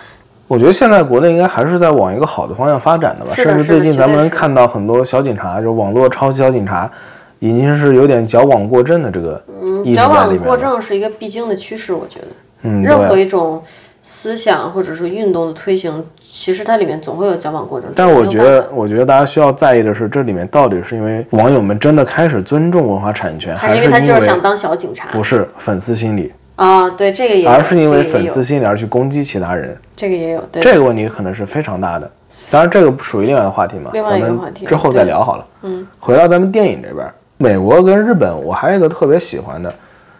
Speaker 1: 我觉得现在国内应该还是在往一个好的方向发展的吧，
Speaker 2: 是的
Speaker 1: 甚至
Speaker 2: 是的
Speaker 1: 最近
Speaker 2: 绝
Speaker 1: 咱们
Speaker 2: 对
Speaker 1: 能
Speaker 2: 是
Speaker 1: 看到很多小警察，就是网络抄袭小警察，已经是有点矫枉过正的这个意识
Speaker 2: 嗯矫
Speaker 1: 在里
Speaker 2: 枉
Speaker 1: 面
Speaker 2: 过
Speaker 1: 了。
Speaker 2: 正是一个必经的趋势，我觉得。
Speaker 1: 嗯，
Speaker 2: 任何
Speaker 1: 对。
Speaker 2: 一种思想或者是运动的推行，其实它里面总会有矫枉过正。
Speaker 1: 但我
Speaker 2: 这
Speaker 1: 觉
Speaker 2: 是没有办
Speaker 1: 得，我觉得大家需要在意的是，这里面到底是因为网友们真的开始尊重文化产权，
Speaker 2: 法
Speaker 1: 还
Speaker 2: 还
Speaker 1: 是
Speaker 2: 是因为他就是想当小警察
Speaker 1: 不是粉丝心理，
Speaker 2: 啊？对，这个也有，
Speaker 1: 而是因为
Speaker 2: 这个也
Speaker 1: 粉
Speaker 2: 有
Speaker 1: 丝心理而去攻击其他人，
Speaker 2: 这个也有，对，
Speaker 1: 这个问题可能是非常大的。当然，这个不属于另外的话题嘛，
Speaker 2: 另外
Speaker 1: 咱
Speaker 2: 一个
Speaker 1: 们
Speaker 2: 话题
Speaker 1: 之后再聊好了。嗯，回到咱们电影这边，美国跟日本，我还有一个特别喜欢的，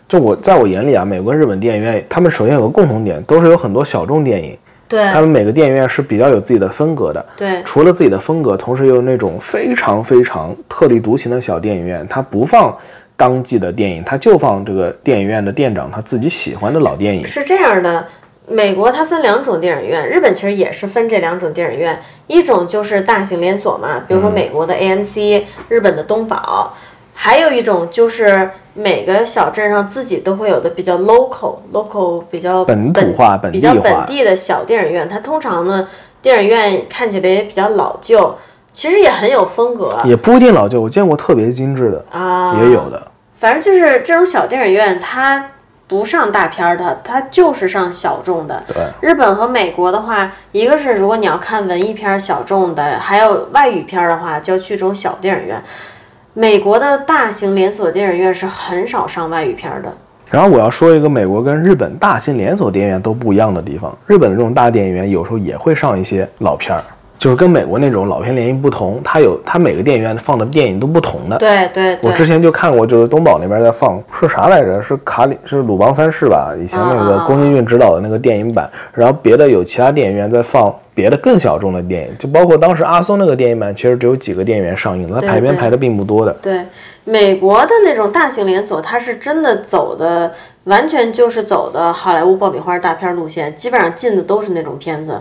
Speaker 1: 就我在我眼里啊，美国跟日本电影院，他们首先有个共同点，都是有很多小众电影，
Speaker 2: 对
Speaker 1: 他们每个电影院是比较有自己的风格的。
Speaker 2: 对
Speaker 1: 除了自己的风格，同时又有那种非常非常特立独行的小电影院，它不放当季的电影，它就放这个电影院的店长他自己喜欢的老电影。
Speaker 2: 是这样的。美国它分两种电影院，日本其实也是分这两种电影院，一种就是大型连锁嘛，比如
Speaker 1: 嗯
Speaker 2: 说美国的 AMC、日本的东宝，还有一种就是每个小镇上自己都会有的比较 local、local 比较
Speaker 1: 本土化本
Speaker 2: 本比
Speaker 1: 地化
Speaker 2: 较本地的小电影院。它通常呢，电影院看起来也比较老旧，其实也很有风格
Speaker 1: 也不一定老旧，我见过特别精致的，
Speaker 2: 啊。
Speaker 1: 也有的。
Speaker 2: 反正就是这种小电影院，它不上大片儿的，它就是上小众的。
Speaker 1: 对，
Speaker 2: 日本和美国的话，一个是如果你要看文艺片儿、小众的，还有外语片儿的话，就要去这种小电影院。美国的大型连锁电影院是很少上外语片儿的，
Speaker 1: 然后我要说一个美国跟日本大型连锁电影院都不一样的地方，日本的这种大电影院有时候也会上一些老片儿，就是跟美国那种老片联映不同，它有它每个电影院放的电影都不同的。
Speaker 2: 对对
Speaker 1: 我
Speaker 2: 对，
Speaker 1: 之前就看过，就是东宝那边在放是啥来着？是卡里是鲁邦三世吧？以前那个
Speaker 2: 啊啊啊
Speaker 1: 宫崎骏执导的那个电影版，然后别的有其他电影院在放别的更小众的电影，就包括当时阿松那个电影版，其实只有几个电影院上映的，它
Speaker 2: 对
Speaker 1: 排片
Speaker 2: 对
Speaker 1: 排的并不多的。
Speaker 2: 对，美国的那种大型连锁，它是真的走的，完全就是走的好莱坞爆米花大片路线，基本上进的都是那种片子。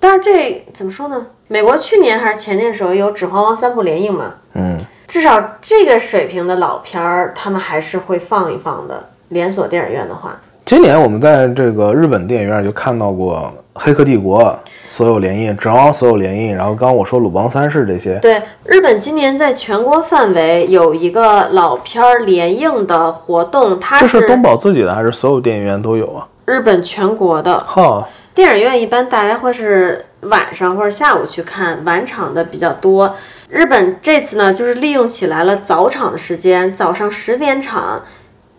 Speaker 2: 但是这怎么说呢？美国去年还是前年时候有《指环王》三部联映嘛，
Speaker 1: 嗯，
Speaker 2: 至少这个水平的老片儿，他们还是会放一放的。连锁电影院的话，
Speaker 1: 今年我们在这个日本电影院就看到过《黑客帝国》所有联映，《指环王》所有联映，然后刚刚我说《鲁邦三世》这些，
Speaker 2: 对日本今年在全国范围有一个老片儿联映的活动，它
Speaker 1: 这是
Speaker 2: 是
Speaker 1: 东宝自己的还是所有电影院都有啊？
Speaker 2: 日本全国的，
Speaker 1: 哈，
Speaker 2: 电影院一般大家会是晚上或者下午去看，晚场的比较多。日本这次呢，就是利用起来了早场的时间，早上十点场、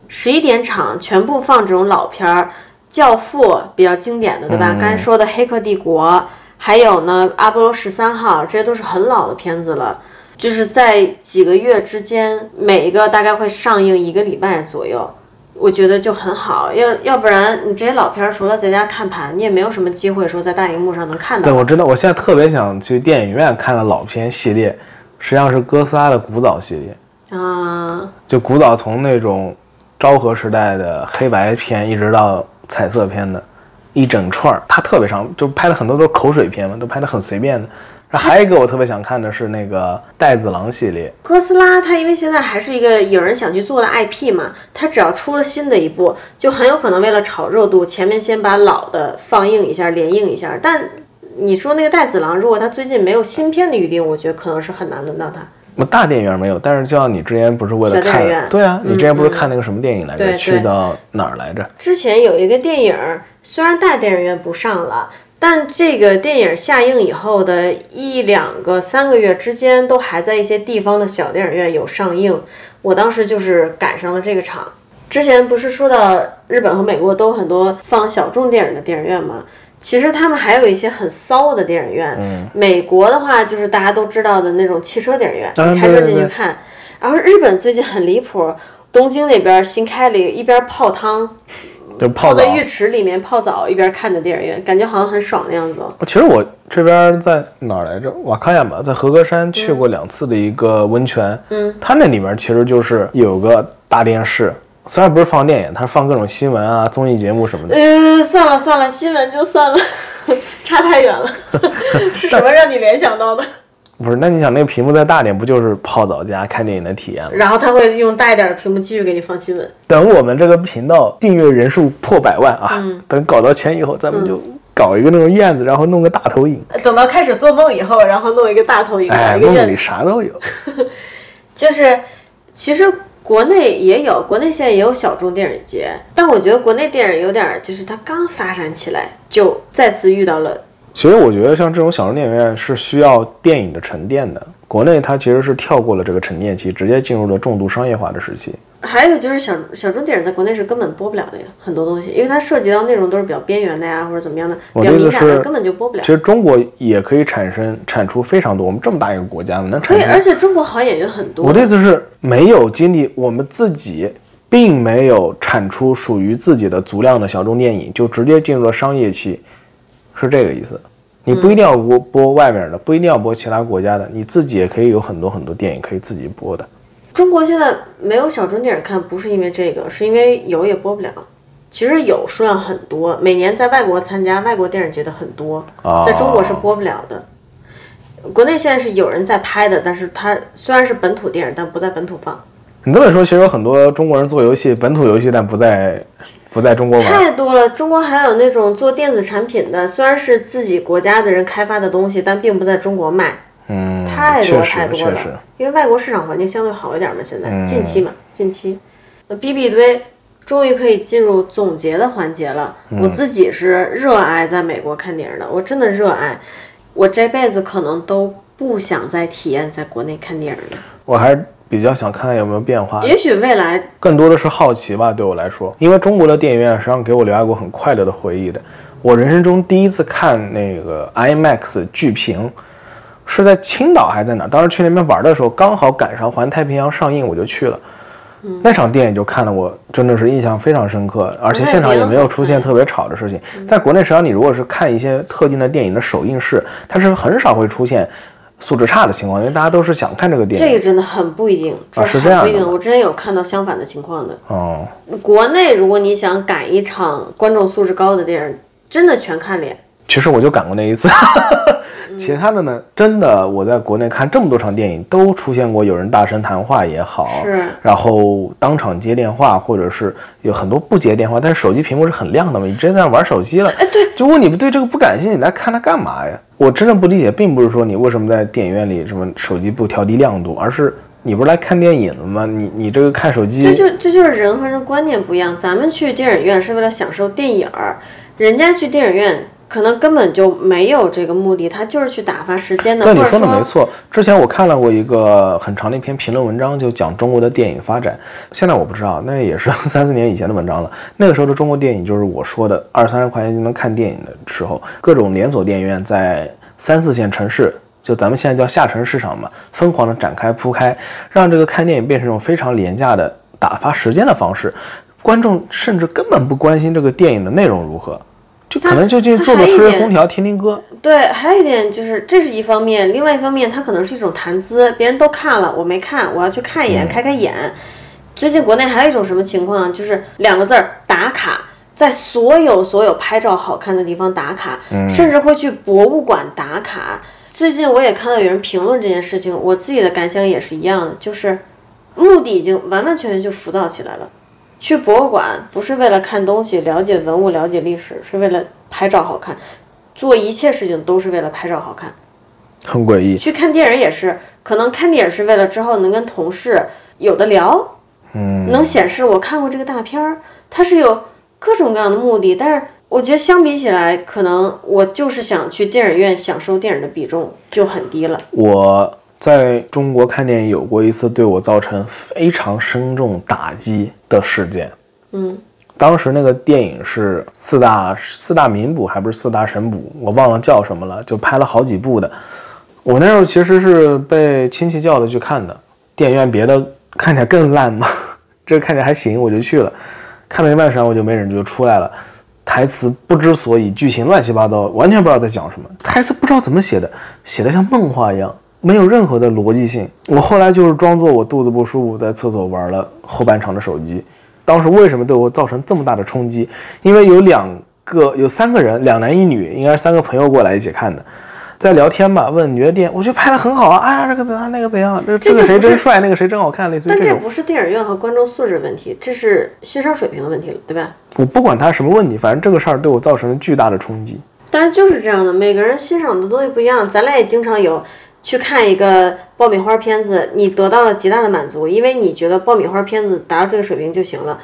Speaker 2: 十一点场全部放这种老片儿，《教父》比较经典的，对吧？刚才说的《黑客帝国》，还有呢《阿波罗十三号》，这些都是很老的片子了。就是在几个月之间，每一个大概会上映一个礼拜左右。我觉得就很好，要要不然你这些老片儿除了在家看盘，你也没有什么机会说在大荧幕上能看
Speaker 1: 对
Speaker 2: 到。
Speaker 1: 我真的，我现在特别想去电影院看的老片系列，实际上是哥斯拉的古早系列，
Speaker 2: 啊、
Speaker 1: 就古早从那种昭和时代的黑白片，一直到彩色片的，一整串儿，它特别长，就拍了很多都是口水片嘛，都拍的很随便的。然后还有一个我特别想看的是那个带子狼系列，
Speaker 2: 哥斯拉它因为现在还是一个有人想去做的 IP 嘛，它只要出了新的一部，就很有可能为了炒热度，前面先把老的放映一下，连映一下。但你说那个带子狼，如果他最近没有新片的预定，我觉得可能是很难轮到他。
Speaker 1: 那大电影院没有，但是就像你之前不是为了
Speaker 2: 小电影
Speaker 1: 看，
Speaker 2: 院嗯
Speaker 1: 对啊，你之前不是看那个什么电影来着？
Speaker 2: 对对
Speaker 1: 去到哪儿来着？
Speaker 2: 之前有一个电影儿，虽然大电影院不上了，但这个电影下映以后的一两个、三个月之间，都还在一些地方的小电影院有上映。我当时就是赶上了这个场。之前不是说到日本和美国都有很多放小众电影的电影院吗？其实他们还有一些很骚的电影院。
Speaker 1: 嗯
Speaker 2: 美国的话就是大家都知道的那种汽车电影院，
Speaker 1: 啊
Speaker 2: 开车
Speaker 1: 对对
Speaker 2: 进去
Speaker 1: 对
Speaker 2: 看。然后日本最近很离谱，东京那边新开了一个一边泡汤，
Speaker 1: 就泡
Speaker 2: 泡
Speaker 1: 澡
Speaker 2: 在。浴池里面泡澡，一边看的电影院，感觉好像很爽的样子哦。
Speaker 1: 其实我这边在哪儿来着？瓦卡亚嘛，在和歌山去
Speaker 2: 嗯
Speaker 1: 过两次的一个温泉。嗯，它那里面其实就是有个大电视，虽然不是放电影，它是放各种新闻啊、综艺节目什么的。
Speaker 2: 呃，算了算了， *laughs* 新闻就算了，差太远了。是什么让你联想到的？
Speaker 1: 不是，那你想那个屏幕再大点，不就是泡澡加看电影的体验吗？
Speaker 2: 然后他会用大一点的屏幕继续给你放新闻。
Speaker 1: 等我们这个频道订阅人数破百万啊，
Speaker 2: 嗯
Speaker 1: 等搞到钱以后，咱们就搞一个那种院子，然后弄个大投影，
Speaker 2: 等到开始做梦以后，然后弄一个大投影，
Speaker 1: 哎，
Speaker 2: 一个
Speaker 1: 梦
Speaker 2: 院
Speaker 1: 里
Speaker 2: 子，
Speaker 1: 啥都有。
Speaker 2: 就是其实国内也有，国内现在也有小众电影节，但我觉得国内电影有点儿就是它刚发展起来就再次遇到了，
Speaker 1: *laughs* 其实我觉得像这种小众电影院是需要电影的沉淀的，国内它其实是跳过了这个沉淀期，直接进入了重度商业化的时期。
Speaker 2: 还有就是小小众电影在国内是根本播不了的呀，很多东西，因为它涉及到内容都是比较边缘的呀，或者怎么样的，比
Speaker 1: 我的
Speaker 2: 较
Speaker 1: 意思
Speaker 2: 敏感的
Speaker 1: 是，
Speaker 2: 根本就播不了
Speaker 1: 其。实中国也可以产生产出非常多，我们这么大一个国家，我们能
Speaker 2: 可
Speaker 1: 产
Speaker 2: 以，而
Speaker 1: 生。
Speaker 2: 且中国好演员很多。
Speaker 1: *laughs* 我的意思是，没有经历，我们自己并没有产出属于自己的足量的小众电影，就直接进入了商业期，是这个意思。你不一定要
Speaker 2: 嗯
Speaker 1: 播播外面的，不一定要播其他国家的，你自己也可以有很多很多电影可以自己播的。
Speaker 2: 中国现在没有小众电影看，不是因为这个，是因为有也播不了。其实有数量很多，每年在外国参加外国电影节的很多
Speaker 1: 哦，
Speaker 2: 在中国是播不了的。国内现在是有人在拍的，但是它虽然是本土电影，但不在本土放，
Speaker 1: 你这么说，其实有很多中国人做游戏，本土游戏，但不在不在中国玩。
Speaker 2: 太多了。中国还有那种做电子产品的，虽然是自己国家的人开发的东西，但并不在中国卖，
Speaker 1: 嗯，
Speaker 2: 太多
Speaker 1: 确实
Speaker 2: 太多
Speaker 1: 确实嗯
Speaker 2: 了。。因为外国市场环境相对好一点嘛，现在、近期嘛，近期，那 B B 堆终于可以进入总结的环节了。
Speaker 1: 嗯
Speaker 2: 我自己是热爱在美国看电影的，我真的热爱，我这辈子可能都不想再体验在国内看电影了。
Speaker 1: 我还是比较想看看有没有变化，
Speaker 2: 也许未来
Speaker 1: 更多的是好奇吧，对我来说，因为中国的电影院实际上给我留下过很快乐的回忆的。我人生中第一次看那个 IMAX 巨屏，是在青岛还是在哪儿？当时去那边玩的时候，刚好赶上《环太平洋》上映，我就去了。那场电影就看得我真的是印象非常深刻，而且现场也没有出现特别吵的事情。在国内，实际上你如果是看一些特定的电影的首映式，它是很少会出现素质差的情况，因为大家都是想看这个电影。
Speaker 2: 这个真的很不一定，
Speaker 1: 啊是这
Speaker 2: 很
Speaker 1: 样
Speaker 2: 不
Speaker 1: 的
Speaker 2: 一定。
Speaker 1: 吗
Speaker 2: 我之前有看到相反的情况的。
Speaker 1: 哦，
Speaker 2: 国内如果你想赶一场观众素质高的电影，真的全看脸。
Speaker 1: 其实我就赶过那一次，
Speaker 2: 嗯
Speaker 1: 其他的呢，真的我在国内看这么多场电影，都出现过有人大声谈话也好，
Speaker 2: 是
Speaker 1: 然后当场接电话，或者是有很多不接电话，但是手机屏幕是很亮的嘛，你直接在那玩手机了。哎，对，就问你不对这个不感兴趣，你来看它干嘛呀？我真的不理解，并不是说你为什么在电影院里什么手机不调低亮度，而是你不是来看电影了吗？你你这个看手机，
Speaker 2: 这就这就是人和人的观念不一样。咱们去电影院是为了享受电影儿，人家去电影院可能根本就没有这个目的，他就是去打发时间的。
Speaker 1: 对
Speaker 2: 或
Speaker 1: 你
Speaker 2: 者
Speaker 1: 说的没错。之前我看了过一个很长的一篇评论文章，就讲中国的电影发展。现在我不知道，那也是 *laughs* 三四年以前的文章了。那个时候的中国电影就是我说的二三十块钱就能看电影的时候，各种连锁电影院在三四线城市。就咱们现在叫下沉市场嘛，疯狂的展开铺开，让这个看电影变成一种非常廉价的打发时间的方式，观众甚至根本不关心这个电影的内容如何，就可能就去
Speaker 2: 他
Speaker 1: 坐
Speaker 2: 还
Speaker 1: 着
Speaker 2: 有一
Speaker 1: 吹吹
Speaker 2: 点
Speaker 1: 空调听听歌，
Speaker 2: 对，还有一点就是，这是一方面，另外一方面，它可能是一种谈资，别人都看了，我没看，我要去看一眼，开开眼。最近国内还有一种什么情况啊，就是两个字儿打卡，在所有所有拍照好看的地方打卡，甚至会去博物馆打卡。最近我也看到有人评论这件事情，我自己的感想也是一样的，就是目的已经完完全全就浮躁起来了。去博物馆不是为了看东西、了解文物、了解历史，是为了拍照好看。做一切事情都是为了拍照好看。
Speaker 1: 很诡异。
Speaker 2: 去看电影也是，可能看电影是为了之后能跟同事有的聊，嗯，能显示我看过这个大片儿，它是有各种各样的目的。但是我觉得相比起来，可能我就是想去电影院享受电影的比重就很低了。
Speaker 1: 我在中国看电影有过一次对我造成非常深重打击的事件。
Speaker 2: 嗯，
Speaker 1: 当时那个电影是四大四大名捕，还不是四大神捕，我忘了叫什么了，就拍了好几部的。我那时候其实是被亲戚叫着去看的，电影院别的看起来更烂嘛， *laughs* 这个看起来还行，我就去了。看了一半时间我就没忍住就出来了，台词不知所以，剧情乱七八糟，完全不知道在讲什么，台词不知道怎么写的，写的像梦话一样，没有任何的逻辑性。我后来就是装作我肚子不舒服，在厕所玩了后半场的手机。当时为什么对我造成这么大的冲击？因为有两个、有三个人，两男一女，应该是三个朋友过来一起看的。在聊天吧，问你觉得电影，我觉得拍的很好啊，哎呀，这个怎样，那个怎样，这这
Speaker 2: 就
Speaker 1: 个谁
Speaker 2: 不
Speaker 1: 真
Speaker 2: 是
Speaker 1: 帅，那个谁真好看，类似于
Speaker 2: 但
Speaker 1: 这
Speaker 2: 这
Speaker 1: 种。
Speaker 2: 不是电影院和观众素质问题，这是欣赏水平的问题了，对吧？
Speaker 1: 我不管他什么问题，反正这个事儿对我造成了巨大的冲击。
Speaker 2: 但是就是这样的，每个人欣赏的东西不一样。咱俩也经常有去看一个爆米花片子，你得到了极大的满足，因为你觉得爆米花片子达到这个水平就行了。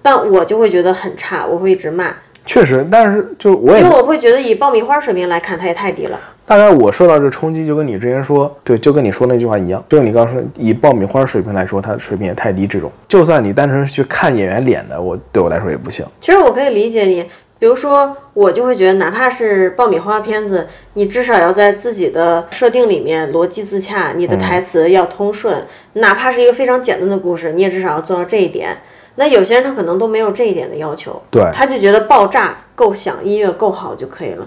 Speaker 2: 但我就会觉得很差，我会一直骂，
Speaker 1: 确实，但是就我也
Speaker 2: 因为我会觉得以爆米花水平来看，它也太低了。
Speaker 1: 大概我受到这冲击，就跟你之前说，对，就跟你说那句话一样，就是你刚刚说，以爆米花水平来说，它水平也太低。这种，就算你单纯去看演员脸的，我对我来说也不行。
Speaker 2: 其实我可以理解你，比如说我就会觉得，哪怕是爆米花片子，你至少要在自己的设定里面逻辑自洽，你的台词要通顺，哪怕是一个非常简单的故事，你也至少要做到这一点。那有些人他可能都没有这一点的要求，
Speaker 1: 对
Speaker 2: 他就觉得爆炸够响，音乐够好就可以了。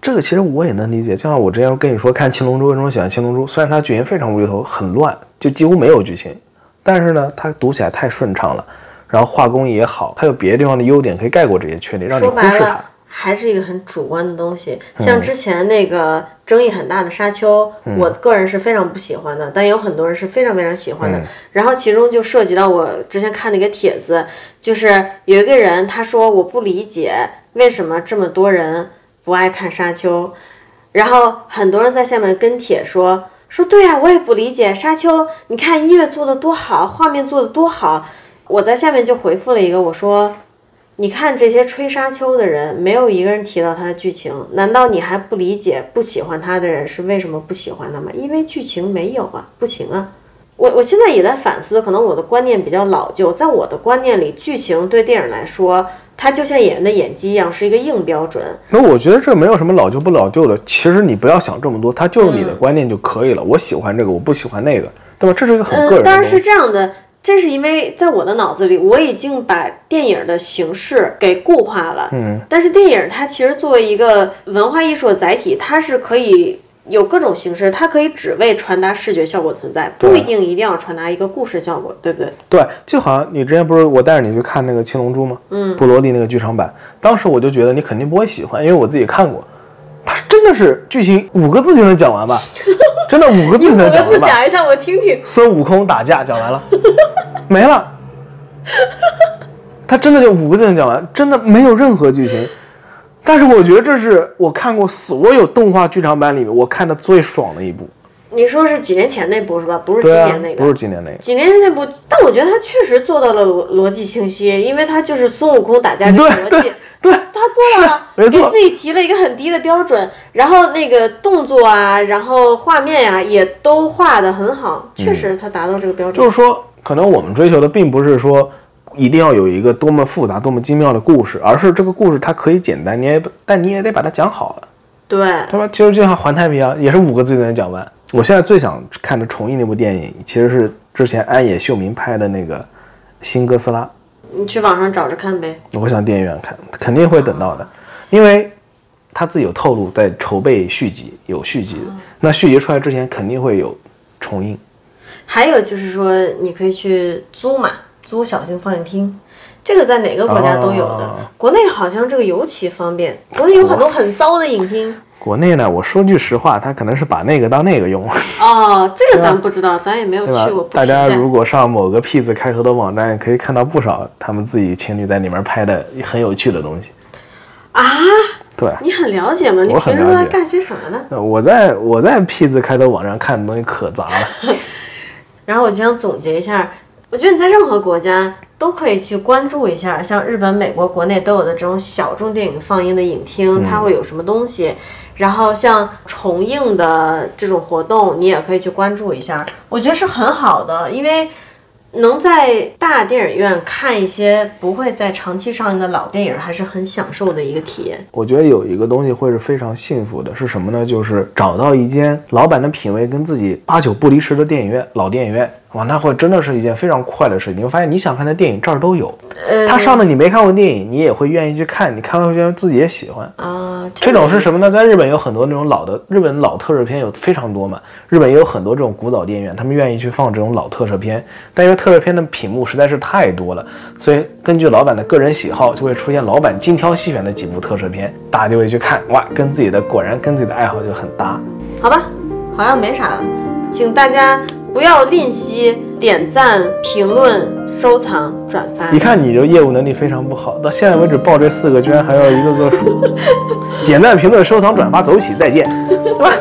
Speaker 1: 这个其实我也能理解，就像我之前跟你说看《青龙珠》为什么喜欢《青龙珠》，虽然它剧情非常无厘头，很乱，就几乎没有剧情，但是呢，它读起来太顺畅了，然后画工也好，它有别的地方的优点可以盖过这些缺点，让你
Speaker 2: 说
Speaker 1: 忽
Speaker 2: 白
Speaker 1: 视它嗯
Speaker 2: 了。。还是一个很主观的东西，像之前那个争议很大的《沙丘》我个人是非常不喜欢的，但也有很多人是非常非常喜
Speaker 1: 嗯
Speaker 2: 欢的。然后其中就涉及到我之前看的一个帖子，就是有一个人他说我不理解为什么这么多人不爱看《沙丘》，然后很多人在下面跟帖说说对啊，我也不理解《沙丘》，你看音乐做的多好，画面做的多好。我在下面就回复了一个我说。你看这些吹沙丘的人，没有一个人提到他的剧情，难道你还不理解不喜欢他的人是为什么不喜欢他吗？因为剧情没有啊，不行啊。我我现在也在反思，可能我的观念比较老旧，在我的观念里，剧情对电影来说，它就像演员的演技一样，是一个硬标准。
Speaker 1: 那我觉得这没有什么老旧不老旧的，其实你不要想这么多，它就是
Speaker 2: 嗯
Speaker 1: 你的观念就可以了。我喜欢这个，我不喜欢那个，对吧？这是一个很个
Speaker 2: 嗯，
Speaker 1: 人的东
Speaker 2: 当然
Speaker 1: 西。
Speaker 2: 是这样的。这是因为在我的脑子里，我已经把电影的形式给固化了。嗯，但是电影它其实作为一个文化艺术的载体，它是可以有各种形式，它可以只为传达视觉效果存在，不一定一定要传达一个故事效果，对不对？
Speaker 1: 对，就好像你之前不是我带着你去看那个《青龙珠》吗？嗯，布罗利那个剧场版，当时我就觉得你肯定不会喜欢，因为我自己看过，它真的是剧情五个字就能讲完 *laughs* 吧？真的五个字就能讲完吧？
Speaker 2: 一下，我听听。
Speaker 1: 孙悟空打架讲完了， *laughs* 没了。他真的就五个字能讲完，真的没有任何剧情。但是我觉得这是我看过所有动画剧场版里面我看的最爽的一部。
Speaker 2: 你说是几年前那部是吧？不是今
Speaker 1: 对啊
Speaker 2: 年那，个，
Speaker 1: 不是今年那个。
Speaker 2: 几年前那部，但我觉得它确实做到了逻逻辑清晰，因为它就是孙悟空打架这个
Speaker 1: 对
Speaker 2: 逻辑
Speaker 1: 对。对，
Speaker 2: 他做到了，
Speaker 1: 是没
Speaker 2: 给
Speaker 1: 错
Speaker 2: 自己提了一个很低的标准，然后那个动作啊，然后画面呀、也都画的很好，确实他达到这个标
Speaker 1: 嗯就
Speaker 2: 准。
Speaker 1: 是说，可能我们追求的并不是说一定要有一个多么复杂、多么精妙的故事，而是这个故事它可以简单，你也但你也得把它讲好了。
Speaker 2: 对，
Speaker 1: 对吧？其实就像《环太平洋》也是五个字就能讲完。我现在最想看的重映那部电影，其实是之前安野秀明拍的那个《新哥斯拉
Speaker 2: 你去网上找着看呗。》，
Speaker 1: 我想电影院看，肯定会等到的，因为他自己有透露在筹备续集，有续集的。那续集出来之前肯定会有重映，
Speaker 2: 还有就是说，你可以去租嘛，租小型放映厅，这个在哪个国家都有的。
Speaker 1: 哦
Speaker 2: 国内好像这个尤其方便，国内有很多很骚的影厅。
Speaker 1: 国内呢，我说句实话，他可能是把那个当那个用，
Speaker 2: 哦，这个咱不知道，咱也没有
Speaker 1: 对
Speaker 2: 去过，
Speaker 1: 吧？
Speaker 2: 不
Speaker 1: 大
Speaker 2: 评
Speaker 1: 家
Speaker 2: 价。
Speaker 1: 如果上某个 P 字开头的网站，可以看到不少他们自己情侣在里面拍的很有趣的东西
Speaker 2: 啊，
Speaker 1: 对，
Speaker 2: 你很了解吗？你
Speaker 1: 我很
Speaker 2: 平时都
Speaker 1: 了
Speaker 2: 在
Speaker 1: 解
Speaker 2: 干些什么呢？
Speaker 1: 呃我在我在 P 字开头网站看的东西可杂了，
Speaker 2: 然后我就想总结一下，我觉得你在任何国家都可以去关注一下，像日本、美国国内都有的这种小众电影放映的影
Speaker 1: 嗯
Speaker 2: 厅，它会有什么东西。然后像重映的这种活动，你也可以去关注一下，我觉得是很好的，因为能在大电影院看一些不会在长期上映的老电影，还是很享受的一个体验。
Speaker 1: 我觉得有一个东西会是非常幸福的，是什么呢？就是找到一间老板的品味跟自己八九不离十的电影院，老电影院，哇，那会真的是一件非常快的事情。你会发现你想看的电影这儿都有，他上的你没看过的电影，你也会愿意去看，你看完会觉得自己也喜欢。
Speaker 2: 啊、
Speaker 1: 这种是什么呢？在日本有很多那种老的日本老特摄片有非常多嘛，日本也有很多这种古早电影院，他们愿意去放这种老特摄片，但因为特摄片的品目实在是太多了，所以根据老板的个人喜好，就会出现老板精挑细选的几部特摄片，大家就会去看，哇，跟自己的果然跟自己的爱好就很 *laughs* 搭。
Speaker 2: 好吧，好像没啥了，请大家不要吝惜点赞、评论、收藏、转发
Speaker 1: 一。看你就业务能力非常不好，到现在为止报这四个居然还要一个个数，点赞、评论、收藏、转发，走起，再见，对吧？